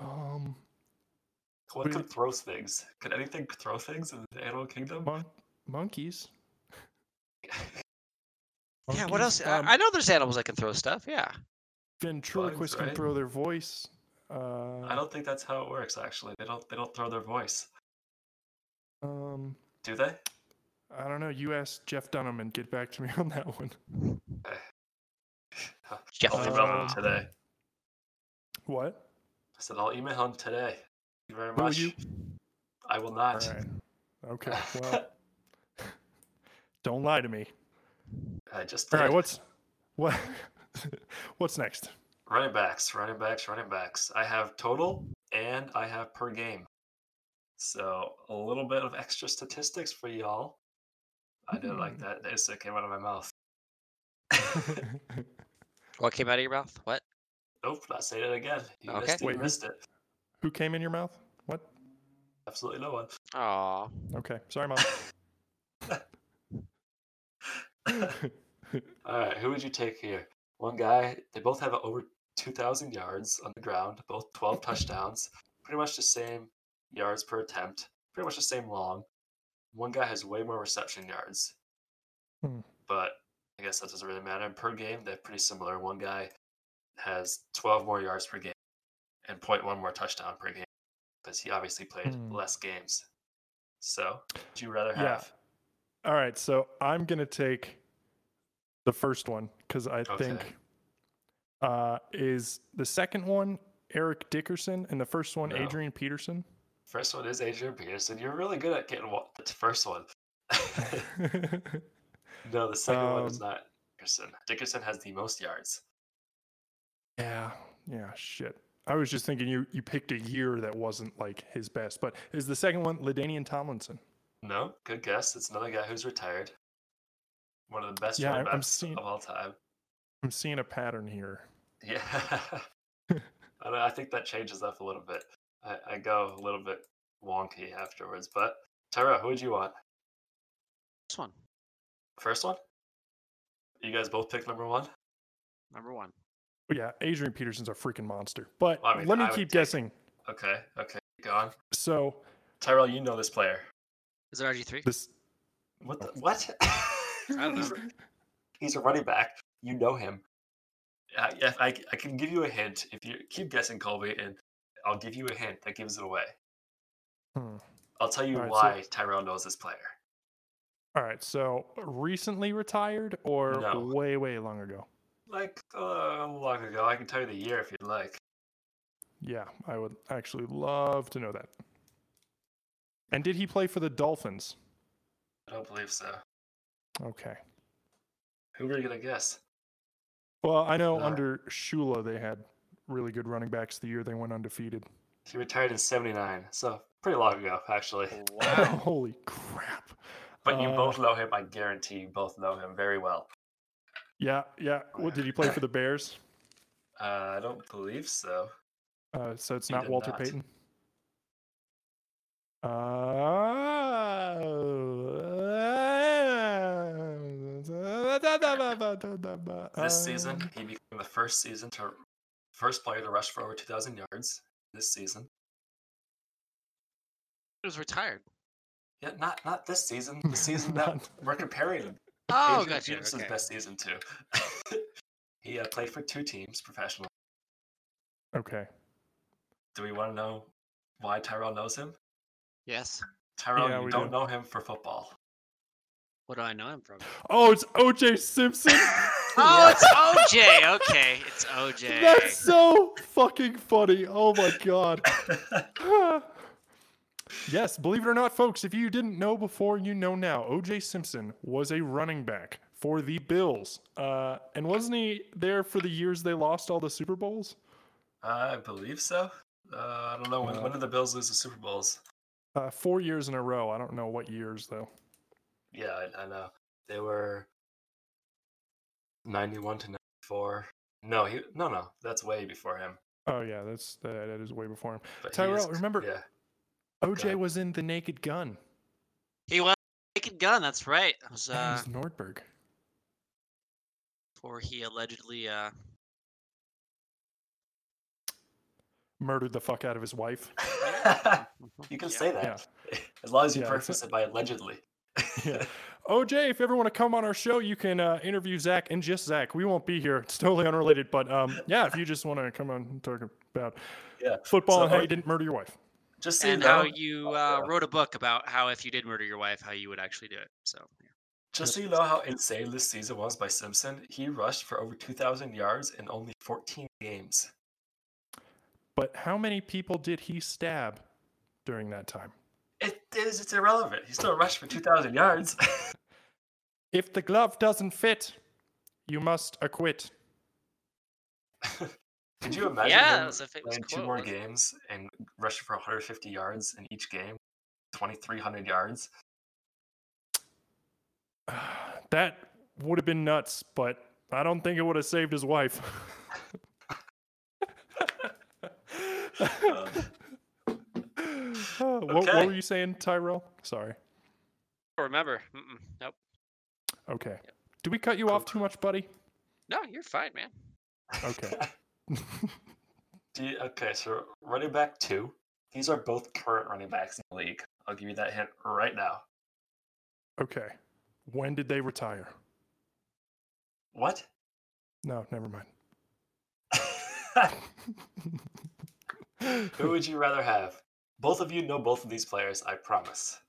Um,
Mm-hmm.
What could throw things? Could anything throw things in the animal kingdom?
mon- monkeys.
Yeah. What else?
Monkeys,
I-
um,
I know there's animals that can throw stuff. Yeah.
ventriloquists can
right?
throw their voice. Uh,
I don't think that's how it works. Actually, they don't. They don't throw their voice,
um,
do they?
I don't know. You ask Jeff Dunham and get back to me on that one.
Jeff.
I'll email him
Uh,
today.
What?
I said I'll email him today. Thank you very
Will
much.
you?
I will
All
not.
right. Okay. Well, don't lie to me.
I just
All right.
did.
What's what? what's next?
running backs, running backs, running backs. I have total and I have per game. So a little bit of extra statistics for y'all. I did
Hmm.
like that. That just came out of my mouth.
What came out of your mouth? What?
Nope, not saying it again. You
Okay.
missed it. you
Wait, who-
missed it.
Who came in your mouth? What?
Absolutely no one.
Oh,
Okay. Sorry, mom.
All right, who would you take here? One guy. They both have over 2,000 yards on the ground. Both 12 touchdowns. Pretty much the same yards per attempt. Pretty much the same long. One guy has way more reception yards.
Hmm.
But I guess that doesn't really matter. And per game, they're pretty similar. One guy has 12 more yards per game and 0.1 more touchdown per game because he obviously played
Hmm.
less games. So, would you rather
Yeah.
have?
All right, so I'm gonna take the first one because I
Okay.
think uh, is the second one Eric Dickerson and the first one
No.
Adrian Peterson.
First one is Adrian Peterson. You're really good at getting wa- the first one. no, the second one
Um
is not Dickerson. Dickerson has the most yards.
yeah, yeah, shit. I was just thinking you you picked a year that wasn't like his best, but is the second one Ladainian Tomlinson?
No, good guess. It's another guy who's retired. One of the best
Yeah, I-
yeah,
I'm
running backs
seeing-
of all time.
I'm seeing a pattern here.
Yeah. I, don't know, I think that changes up a little bit. I, I go a little bit wonky afterwards. But Tara, who would you want?
this one,
First one? You guys both pick number one?
number one.
But yeah, Adrian Peterson's a freaking monster. But
Well, I mean,
let me
I would
keep
take-
guessing.
Okay, okay, go on.
So
Tyrell, you know this player.
Is it RG three?
this
What? The, what?
don't know.
He's a running back. You know him. I, if I, I can give you a hint. If you keep guessing, Colby, and I'll give you a hint that gives it away.
hmm.
I'll tell you
All right, so-
why Tyrone knows this player.
All right, so recently retired or
No.
way, way long ago?
Like uh, long ago, I can tell you the year if you'd like.
Yeah, I would actually love to know that. And did he play for the Dolphins?
I don't believe so.
Okay.
Who were you gonna guess?
Well, I know
Uh,
under Shula they had really good running backs the year they went undefeated.
He retired in '79, so pretty long ago, actually.
Holy crap.
But you
Oh, Uh,
both know him. I guarantee you both know him very well.
Yeah, yeah.
Oh,
Well, did he play for the Bears?
Uh, I don't believe so.
Uh, so it's
He
not
did
Walter
not.
Payton. Uh,
This season, he became the first season to first player to rush for over 2,000 yards. This season,
was retired.
yeah, not not this season. The season that
Not-
we're comparing
Oh,
Adrian
gotcha.
Peterson's
okay.
best season too. he uh, played for two teams professionally.
Okay.
Do we want to know why Tyrell knows him?
Yes.
Tyrell,
Yeah,
you
we
don't
do.
know him for football.
What do I know him from?
Oh, it's OJ Simpson.
Oh,
Yeah.
it's OJ. Okay, it's OJ.
That's so fucking funny. Oh my god. yes, believe it or not, folks, if you didn't know before, you know now. OJ Simpson was a running back for the Bills. Uh, and wasn't he there for the years they lost all the Super Bowls?
I believe so. Uh, I don't know when,
Uh,
when did the Bills lose the Super Bowls?
Uh, four years in a row. I don't know what years, though.
Yeah, I, I know. They were 91 to 94. No, he no no, that's way before him.
Oh, yeah, that's that, that is way before him.
But he
Tyrell,
is-
remember-
Yeah.
OJ
ahead.
was in The Naked Gun.
He was naked gun. That's right. It was
That
uh,
was Nordberg.
before he allegedly uh,
Murdered the fuck out of his wife. Mm-hmm.
you can
Yeah.
say that. As long as you
Yeah, it's
preface it by allegedly.
Yeah. OJ, if you ever want to come on our show, you can uh, interview Zach and just Zach. We won't be here. It's totally unrelated. But um, yeah, if you just want to come on and talk about
Yeah,
football
so
and how
O-
you didn't murder your wife.
Just so you
and how
know,
you
Oh,
uh,
yeah.
wrote a book about how if you did murder your wife, how you would actually do it. So yeah.
just so you know how insane this season was by Simpson, he rushed for over 2,000 yards in only 14 games.
But how many people did he stab during that time?
It is it's irrelevant. He still rushed for 2,000 yards.
If the glove doesn't fit, you must acquit.
Could you imagine
yeah,
him
that was a famous
playing two
quote,
more
wasn't it?
games and rushing for 150 yards in each game, 2,300 yards?
That would have been nuts, but I don't think it would have saved his wife.
Um,
Uh, what, what
Okay.
were you saying, Tyrell? Sorry.
I don't remember. Mm-mm. Nope.
Okay. Did we cut you off too much, buddy?
No, you're fine, man.
Okay.
Do you, okay, so running back two. These are both current running backs in the league. I'll give you that hint right now.
okay. When did they retire?
What?
No, never mind.
Who would you rather have? Both of you know both of these players, I promise.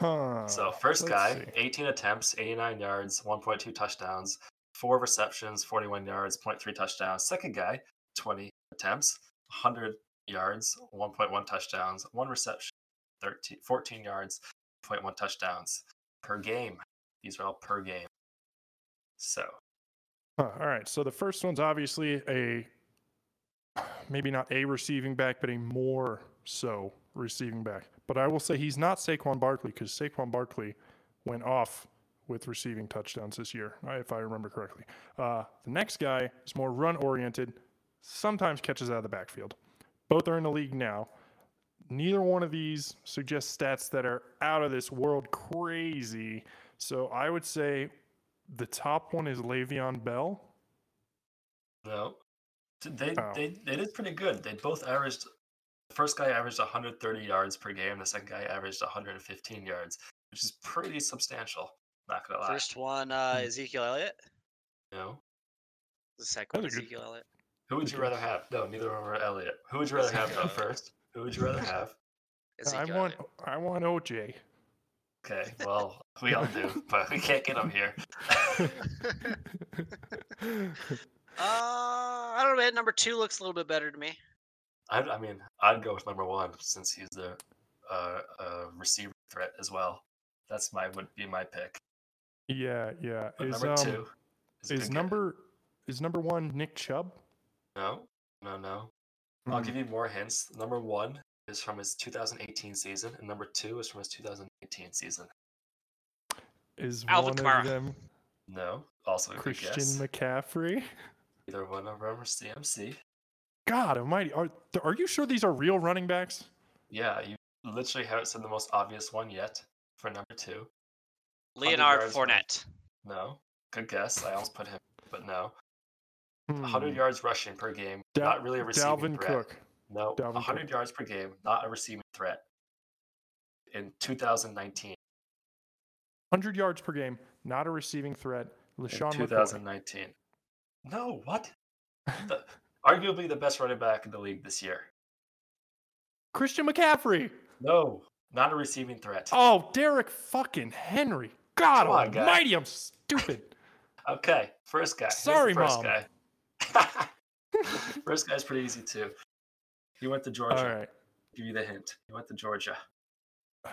Huh,
So, first
Uh, let's
guy,
see.
18 attempts, 89 yards, 1.2 touchdowns, 4 receptions, 41 yards, 0.3 touchdowns. Second guy, 20 attempts, 100 yards, 1.1 touchdowns, 1 reception, 13, 14 yards, 0.1 touchdowns per game. These are all per game. So,
Huh, all right. So the first one's obviously a maybe not a receiving back, but a more so receiving back. But I will say he's not Saquon Barkley because Saquon Barkley went off with receiving touchdowns this year, uh, if I remember correctly. Uh, the next guy is more run oriented, sometimes catches out of the backfield. Both are in the league now. Neither one of these suggests stats that are out of this world crazy. So I would say the top one is Le'Veon Bell.
No. T- They,
Oh.
they they did pretty good. They both averaged the first guy averaged 130 yards per game, the second guy averaged 115 yards, which is pretty substantial. Not gonna lie.
First one,
mm.
uh, Ezekiel Elliott.
you know?
The second one,
Those are good.
Ezekiel Elliott.
Who would you rather have? No, neither of them are Elliot. Who would you rather have though first? Who would you rather have?
Uh, I
Ezekiel
want
Elliott.
I want OJ.
Okay, well, we all do, but we can't get him here.
Uh, I don't know, man. Number two looks a little bit better to me.
I, I mean, I'd go with number one since he's the uh, uh, receiver threat as well. That's my would be my pick.
yeah, yeah.
But
is
number
um,
two a
is
good guy.
number is number one Nick Chubb?
no, no, no. I'll
Hmm.
give you more hints. Number one is from his 2018 season, and number two is from his 2018 season.
Is
Alvin
one
Kamara.
of them
No, also a good
Christian
guess.
McCaffrey?
Either one of them is CMC.
God Almighty, are th- are you sure these are real running backs?
Yeah, you literally haven't said the most obvious one yet for number two.
Leonard
yards rushing.
Fournette.
No, good guess. I almost put him, but no.
Hmm.
100 yards rushing per game,
Da-
not really a receiving
Dalvin
threat.
Cook.
No,
Dalvin Cook.
100 yards per game, not a receiving threat. In 2019,
100 yards per game, not a receiving threat.
in
LaShawn McCoy.
2019. No, what? The- arguably the best running back in the league this year.
Christian McCaffrey.
No, not a receiving threat.
Oh, Derek fucking Henry. God
Come on, guy.
almighty, I'm stupid.
Okay, first guy. Here's the
Sorry,
first
Mom.
guy. first guy's pretty easy too. He went to Georgia.
All right.
Give you the hint. He went to Georgia.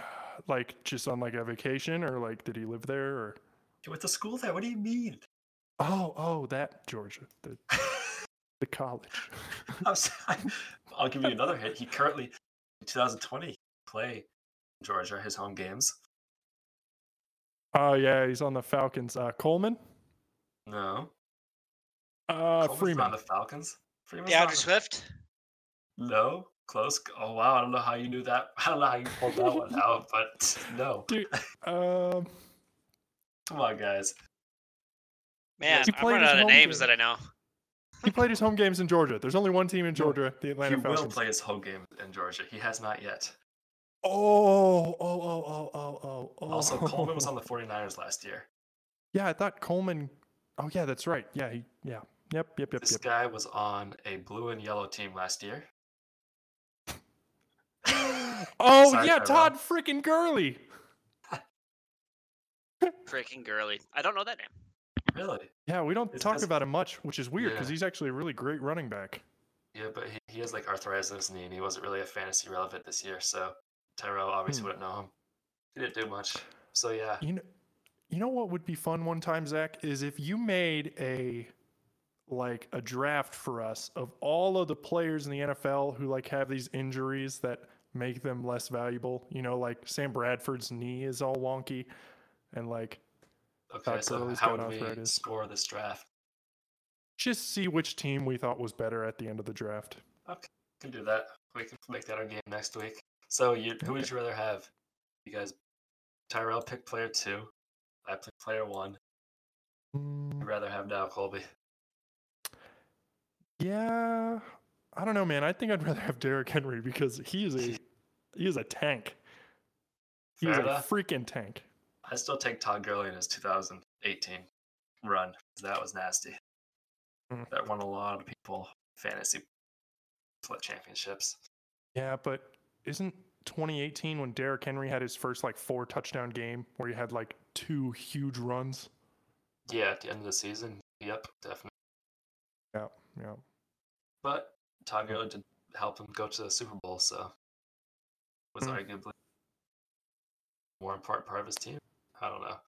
Like just on like a vacation or like did he live there or
He went to school there. What do you mean?
Oh, oh, that Georgia. The the college.
I'm sorry. I'll give you another hint. He currently, in 2020, play in Georgia his home games.
Oh yeah, he's on the Falcons. Uh Coleman?
No,
Uh
Coleman's not on
Freeman.
the Falcons. Freeman's not on
DeAndre
the-
Swift.
Mm.
No, close. Oh wow, I don't know how you knew that. I don't know how you pulled that one out, but no.
Dude, um
Come on, guys.
Man,
He
I'm
played
running
his
out of
home
names
game.
that I know.
he played his home games in Georgia. There's only one team in
No,
Georgia, the Atlanta
he will
Falcons.
play his home game in Georgia. He has not yet.
Oh, oh, oh, oh, oh, oh, oh.
Also, Coleman was on the 49ers last year.
Yeah, I thought Coleman. Oh, yeah, that's right. Yeah, he, yeah. Yep, yep, yep,
This
yep.
guy was on a blue and yellow team last year.
Oh,
Sorry,
yeah,
Tyrell.
Todd freaking Gurley.
Freaking girly. I don't know that name.
Really?
Yeah, we don't
It's
talk
'cause-
about him much, which is weird because
Yeah.
he's actually a really great running back.
Yeah, but he, he has like arthritis in his knee, and he wasn't really a fantasy relevant this year. So Tyrell obviously
Hmm.
wouldn't know him. He didn't do much. So yeah,
You know, you know what would be fun one time, Zach, is if you made a like a draft for us of all of the players in the NFL who like have these injuries that make them less valuable. You know, like Sam Bradford's knee is all wonky, and like
okay.
Todd
So
Gurley's
how
got
would we
arthritis.
score this draft?
just see which team we thought was better at the end of the draft.
We can do that. We can make that our game next week. So you, who would you rather have? You guys, Tyrell pick player two. I pick player one.
Mm,
I'd rather have now Colby.
Yeah, I don't know, man. I think I'd rather have Derrick Henry because he is a he is a tank. He is
Fair
a
enough.
freaking tank.
I still take Todd Gurley in his 2018 run. 'cause That was nasty.
Mm.
That won a lot of people fantasy pl- championships.
Yeah, but isn't 2018 when Derrick Henry had his first like four touchdown game where he had like two huge runs?
Yeah, at the end of the season. Yep, definitely.
Yeah, yeah.
But
Mm-hmm.
Todd Gurley did help him go to the Super Bowl, so was
Hmm.
arguably more important part of his team. I don't know.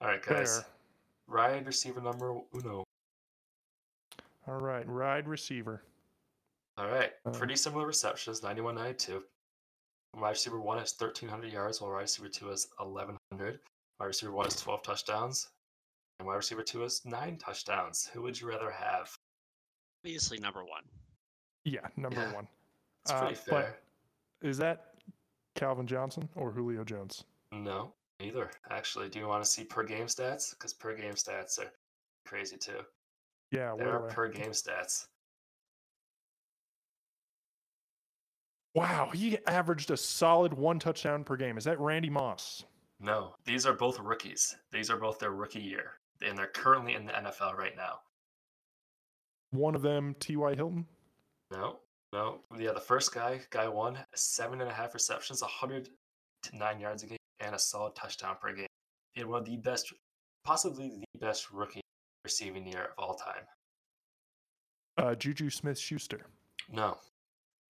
All right, guys.
Fair.
Ryan receiver number uno.
All right, ride receiver.
All right,
Uh,
pretty similar receptions, 91 92. Wide receiver one has 1,300 yards, while wide receiver two has 1,100. Wide receiver one has 12 touchdowns, and wide receiver two has nine touchdowns. Who would you rather have?
Obviously, number one.
Yeah, number
Yeah.
one.
It's
Uh,
pretty
but-
fair.
Is that Calvin Johnson or Julio Jones?
No, neither. Actually, do you want to see per game stats? Because per game stats are crazy too.
Yeah,
There
where
are
do I-
per game stats.
Wow, he averaged a solid one touchdown per game. Is that Randy Moss?
No, these are both rookies. These are both their rookie year, and they're currently in the NFL right now.
One of them, T.Y. Hilton?
No, No, yeah, the first guy, guy one, seven and a half receptions, 109 yards a game, and a solid touchdown per game. He had one of the best, possibly the best rookie receiving year of all time.
Uh, Juju Smith Schuster.
No,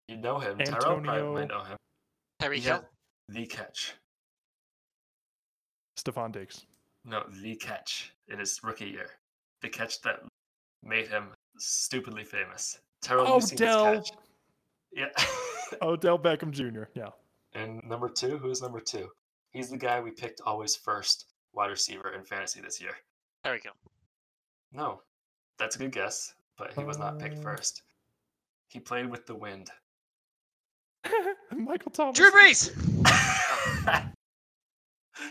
you know him. Tyrell probably
Antonio-
might know him.
Tyreek
He
Hill.
had the catch.
Stephon Diggs.
No, the catch in his rookie year. The catch that made him stupidly famous. Terrell, you've seen his
Odell.
catch. Yeah.
Odell Beckham Jr. Yeah.
And number two, who is number two? He's the guy we picked always first wide receiver in fantasy this year.
Tyreek Hill.
No, that's a good guess, but he was not picked
Uh.
first. He played with the wind.
Michael Thomas.
Drew Brees.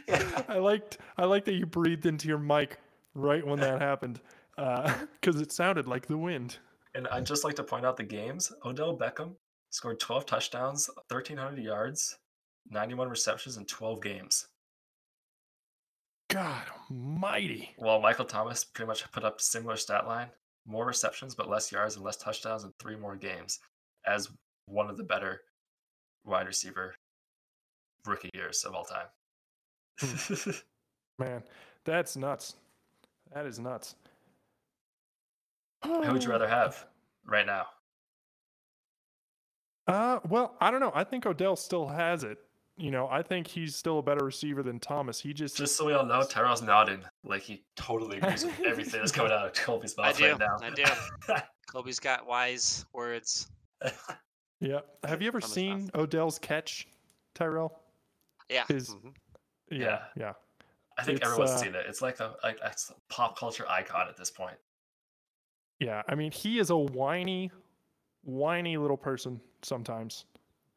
yeah.
I liked I like that you breathed into your mic right when that happened. because it sounded like the wind.
And I'd just like to point out the games. Odell Beckham scored 12 touchdowns, 1,300 yards, 91 receptions in 12 games.
God almighty.
While Michael Thomas pretty much put up similar stat line, more receptions but less yards and less touchdowns in three more games, as one of the better wide receiver rookie years of all time.
Man, that's nuts. That is nuts.
Who
Hmm.
would you rather have right now?
Uh, well, I don't know. I think Odell still has it. You know, I think he's still a better receiver than Thomas. He just,
Just so we all know, Terrell's nodding like he totally agrees with everything that's coming out of Colby's
I
mouth
do.
right now.
I do. Kobe's got wise words.
yeah. Have you ever
Thomas
seen
Thomas.
Odell's catch, Tyrell?
Yeah.
His-
mhm.
Yeah,
Yeah.
yeah.
I think
It's,
everyone's
uh,
seen it. It's like a, like it's a pop culture icon at this point.
Yeah, I mean, he is a whiny, whiny little person sometimes.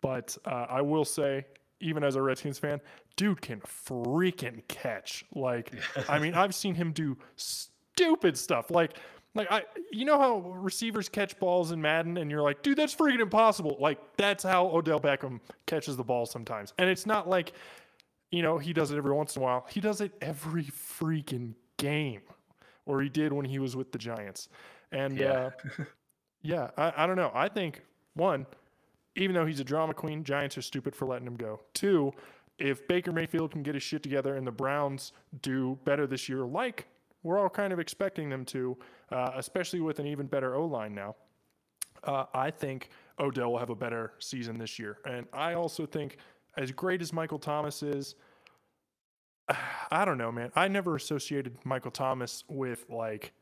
But uh, I will say, even as a Redskins fan, dude can freaking catch. Like, I mean, I've seen him do stupid stuff. Like, like I, you know how receivers catch balls in Madden, and you're like, dude, that's freaking impossible. Like, that's how Odell Beckham catches the ball sometimes, and it's not like, you know, he does it every once in a while. He does it every freaking game, or he did when he was with the Giants, and
Yeah.
uh, yeah, I, I don't know. I think one, even though he's a drama queen, Giants are stupid for letting him go. Two, if Baker Mayfield can get his shit together and the Browns do better this year, like we're all kind of expecting them to, uh, especially with an even better O line now, uh, I think Odell will have a better season this year. And I also think, as great as Michael Thomas is, I don't know, man. I never associated Michael Thomas with like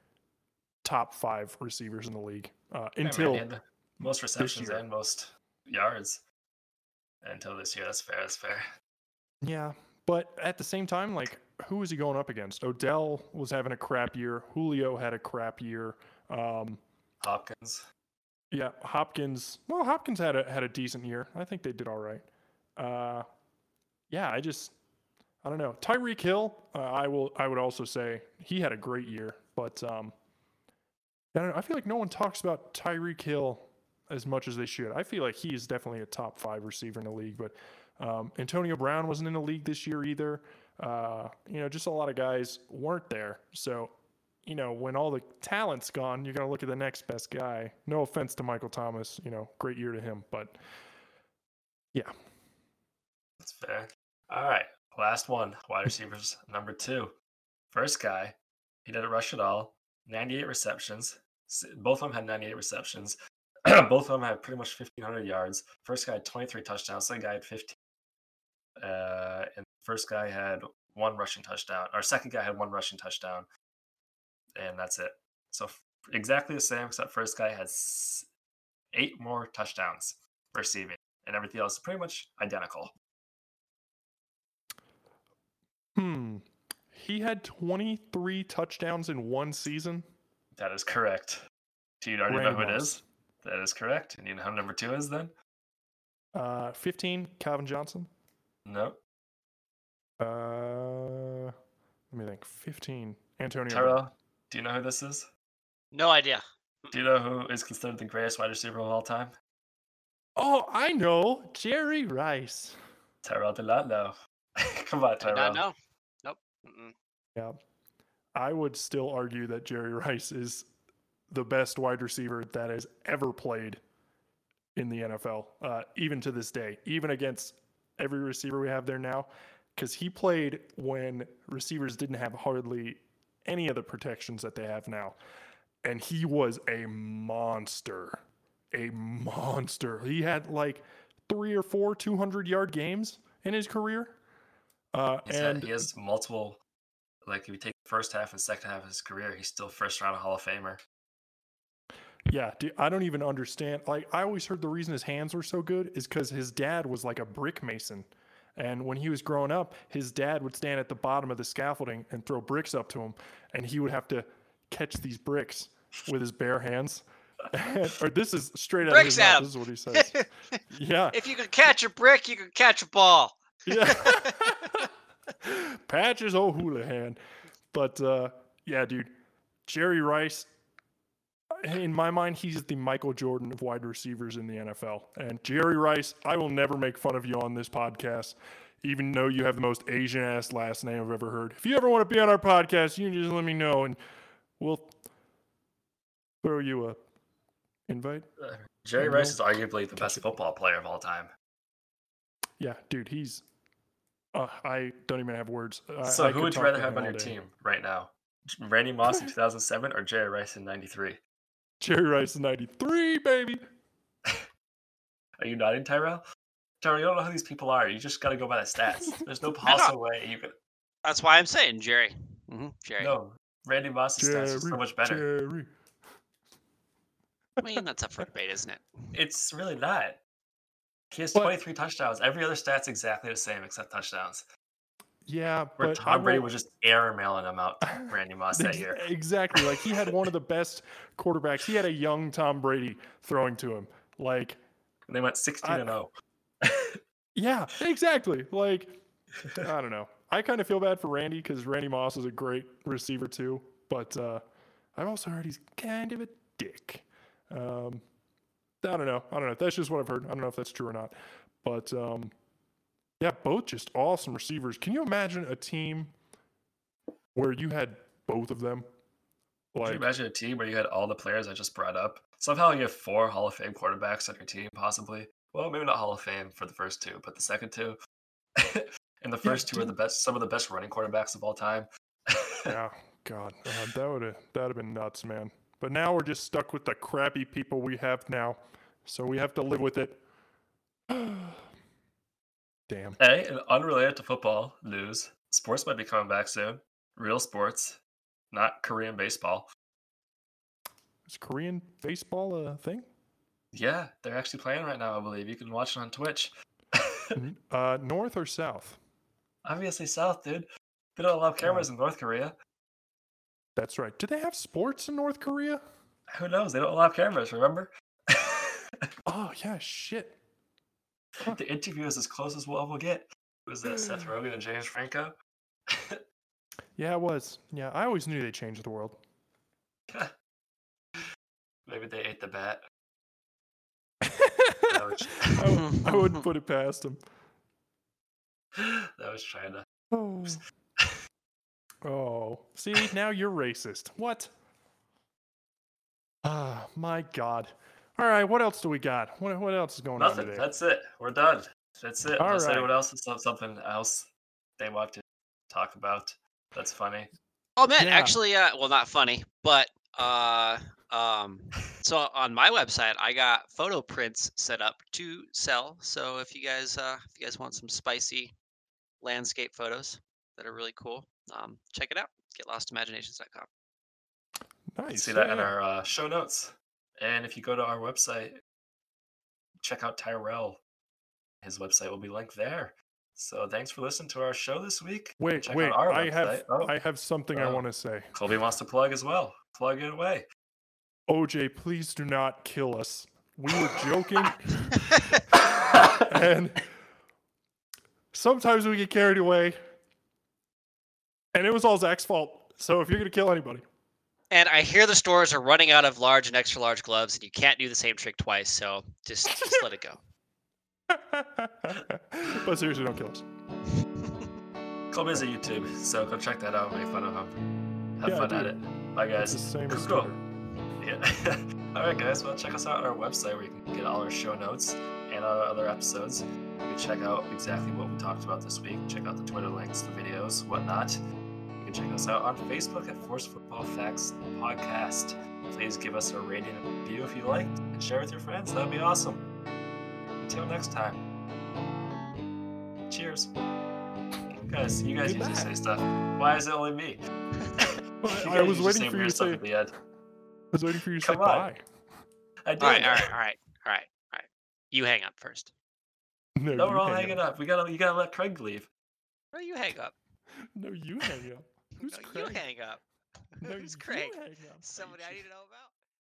top five receivers in the league uh,
Yeah, man, he
until.
had the most receptions
year.
and most yards until this year. That's fair. That's fair.
Yeah, but at the same time, like, who was he going up against? Odell was having a crap year. Julio had a crap year. Um,
Hopkins.
yeah, Hopkins. Well, Hopkins had a had a decent year. I think they did all right. Uh, yeah, I just, I don't know. Tyreek Hill. Uh, I will. I would also say he had a great year, but um, I don't know. I feel like no one talks about Tyreek Hill as much as they should. I feel like he is definitely a top five receiver in the league, but um, Antonio Brown wasn't in the league this year either. Uh, you know, just a lot of guys weren't there. So, you know, when all the talent's gone, you're going to look at the next best guy. No offense to Michael Thomas, you know, great year to him, but
That's fair. All right. Last one. Wide receivers number two. First guy. He didn't rush at all. 98 receptions. S- Both of them had 98 receptions. Both of them had pretty much 1,500 yards. First guy had 23 touchdowns. Second guy had 15. Uh, and first guy had one rushing touchdown. Our second guy had one rushing touchdown. And that's it. So f- exactly the same, except first guy had s- eight more touchdowns receiving. And everything else is pretty much identical.
hmm. He had 23 touchdowns in one season.
That is correct. Do you already know who it
Ramos.
is? That is correct. And you know who number two is then?
Uh, 15, Calvin Johnson.
No.
Uh, let me think. 15, Antonio. Brown.
Terrell, do you know who this is?
No idea.
Do you know who is considered the greatest wide receiver of all time?
Oh, I know. Jerry Rice.
Terrell did not know. Come on,
Did
Terrell.
not know. Nope. Mm-mm.
Yeah. I would still argue that Jerry Rice is the best wide receiver that has ever played in the NFL, uh, even to this day, even against every receiver we have there now, because he played when receivers didn't have hardly any of the protections that they have now. And he was a monster. A monster. He had like three or four 200 yard games in his career. Uh,
He's had-
and
he has multiple. Like if you take the first half and second half of his career, he's still first round Hall of Famer.
Yeah, dude, I don't even understand. Like, I always heard the reason his hands were so good is because his dad was like a brick mason. And when he was growing up, his dad would stand at the bottom of the scaffolding and throw bricks up to him, and he would have to catch these bricks with his bare hands. or this is straight out of
Bricks
his mouth.
at
This is what he says. Yeah,
if you can catch a brick, you can catch a ball.
yeah. Patches O'Houlihan. But uh, yeah, dude, Jerry Rice, in my mind, he's the Michael Jordan of wide receivers in the NFL. And Jerry Rice, I will never make fun of you on this podcast, even though you have the most Asian ass last name I've ever heard. If you ever want to be on our podcast, you can just let me know and we'll throw you a invite.
Jerry
Mhm.
Rice is arguably the best football player of all time.
Yeah, dude, he's. Uh, I don't even have words. I-
So
I
who
could
would you
talk
rather
to
have
him
on
all
your
day.
team right now? J- Randy Moss in 2007 or Jerry Rice in 93?
Jerry Rice is 93, baby.
Are you nodding, Tyrell? Tyrell, you don't know who these people are. You just got to go by the stats. There's no possible way you could.
That's why I'm saying Jerry. hmm Jerry.
No, Randy Moss's stats are so much better.
Jerry.
I mean, that's up for debate, isn't it?
It's really not. He has
But-
23 touchdowns. Every other stat's exactly the same except touchdowns.
Yeah,
Where
but I
Tom Brady
won't-
was just air mailing them out to Randy Moss that
Ex-
year.
Exactly. Like he had one of the best quarterbacks. He had a young Tom Brady throwing to him. Like,
And they went 16
I-
and oh. 0.
yeah, exactly. Like, I don't know. I kind of feel bad for Randy because Randy Moss is a great receiver too. But uh, I've also heard he's kind of a dick. Um, I don't know. I don't know. That's just what I've heard. I don't know if that's true or not. But um, yeah, both just awesome receivers. Can you imagine a team where you had both of them?
Could
Like,
you imagine a team where you had all the players I just brought up? Somehow you have four Hall of Fame quarterbacks on your team, possibly. Well, maybe not Hall of Fame for the first two, but the second two. and
Yeah,
the first two are the best, some of the best running quarterbacks of all time.
oh God, uh, that would have that would have been nuts, man. But now we're just stuck with the crappy people we have now, so we have to live with it. Damn.
Hey, and unrelated to football news, sports might be coming back soon. Real sports, not Korean baseball.
Is Korean baseball a thing?
Yeah, they're actually playing right now, I believe. You can watch it on Twitch.
N- uh, north or south?
Obviously, South, dude. They don't allow cameras in North Korea.
That's right. Do they have sports in North Korea?
Who knows? They don't allow cameras, remember?
Oh yeah, shit.
the interview is as close as we'll ever get. Was that Seth Rogen and James Franco?
Yeah, it was. Yeah, I always knew they changed the world.
Maybe they ate the bat.
I, w- I wouldn't put it past them.
that was China.
Oh. Oh. See, now you're racist. What? Ah, my God. All right, what else do we got? What, what else is going on
Nothing.
today?
That's it. We're done. That's it.
All
Unless
right.
anyone else has some- something else they want to talk about. That's funny.
Oh man,
Yeah.
actually, uh, well, not funny, but uh, um, so on my website, I got photo prints set up to sell. So if you guys, uh, if you guys want some spicy landscape photos that are really cool, um, check it out. GetLostImaginations.com.
You
nice.
see that
yeah,
in
yeah.
our uh, show notes. And if you go to our website, check out Tyrell. His website will be linked there. So thanks for listening to our show this week.
Wait,
check out
wait.
our
I have
website. Oh.
I have something I
Oh.
want to say.
Colby wants to plug as well. Plug it away.
OJ, please do not kill us. We were joking, and sometimes we get carried away. And it was all Zach's fault. So if you're gonna kill anybody,
And I hear the stores are running out of large and extra large gloves, and you can't do the same trick twice. So just, just let it go.
but seriously, don't kill us.
Colby's a YouTube, so go check that out. Make fun of him. Have
Yeah, I
fun at
do.
it. Bye
It's the
guys.
same as
Cool.
Twitter.
Yeah. All right, guys. Well, check us out on our website where you can get all our show notes and our other episodes. You can check out exactly what we talked about this week. Check out the Twitter links, the videos, whatnot. You can check us out on Facebook at Force Football Facts Podcast. Please give us a rating and review if you liked, and share with your friends. That'd be awesome. Until next time. Cheers. Guys, you guys usually
Goodbye.
say stuff. Why is it only me? You
I
guys
was
usually
waiting
say
for
weird
you to
stuff
say-
at the end.
I was waiting for you to say
Come on.
bye.
I did.
All right, all right, all right, all right, all right. You hang up first.
No,
No,
you
we're all
hang
hanging up. We gotta, you gotta let Craig leave.
No, you hang up.
No, you hang up. Who's
No, you
Craig?
hang up.
No,
Who's
you
Craig?
hang up. Are you
Somebody I
sure?
need to know about.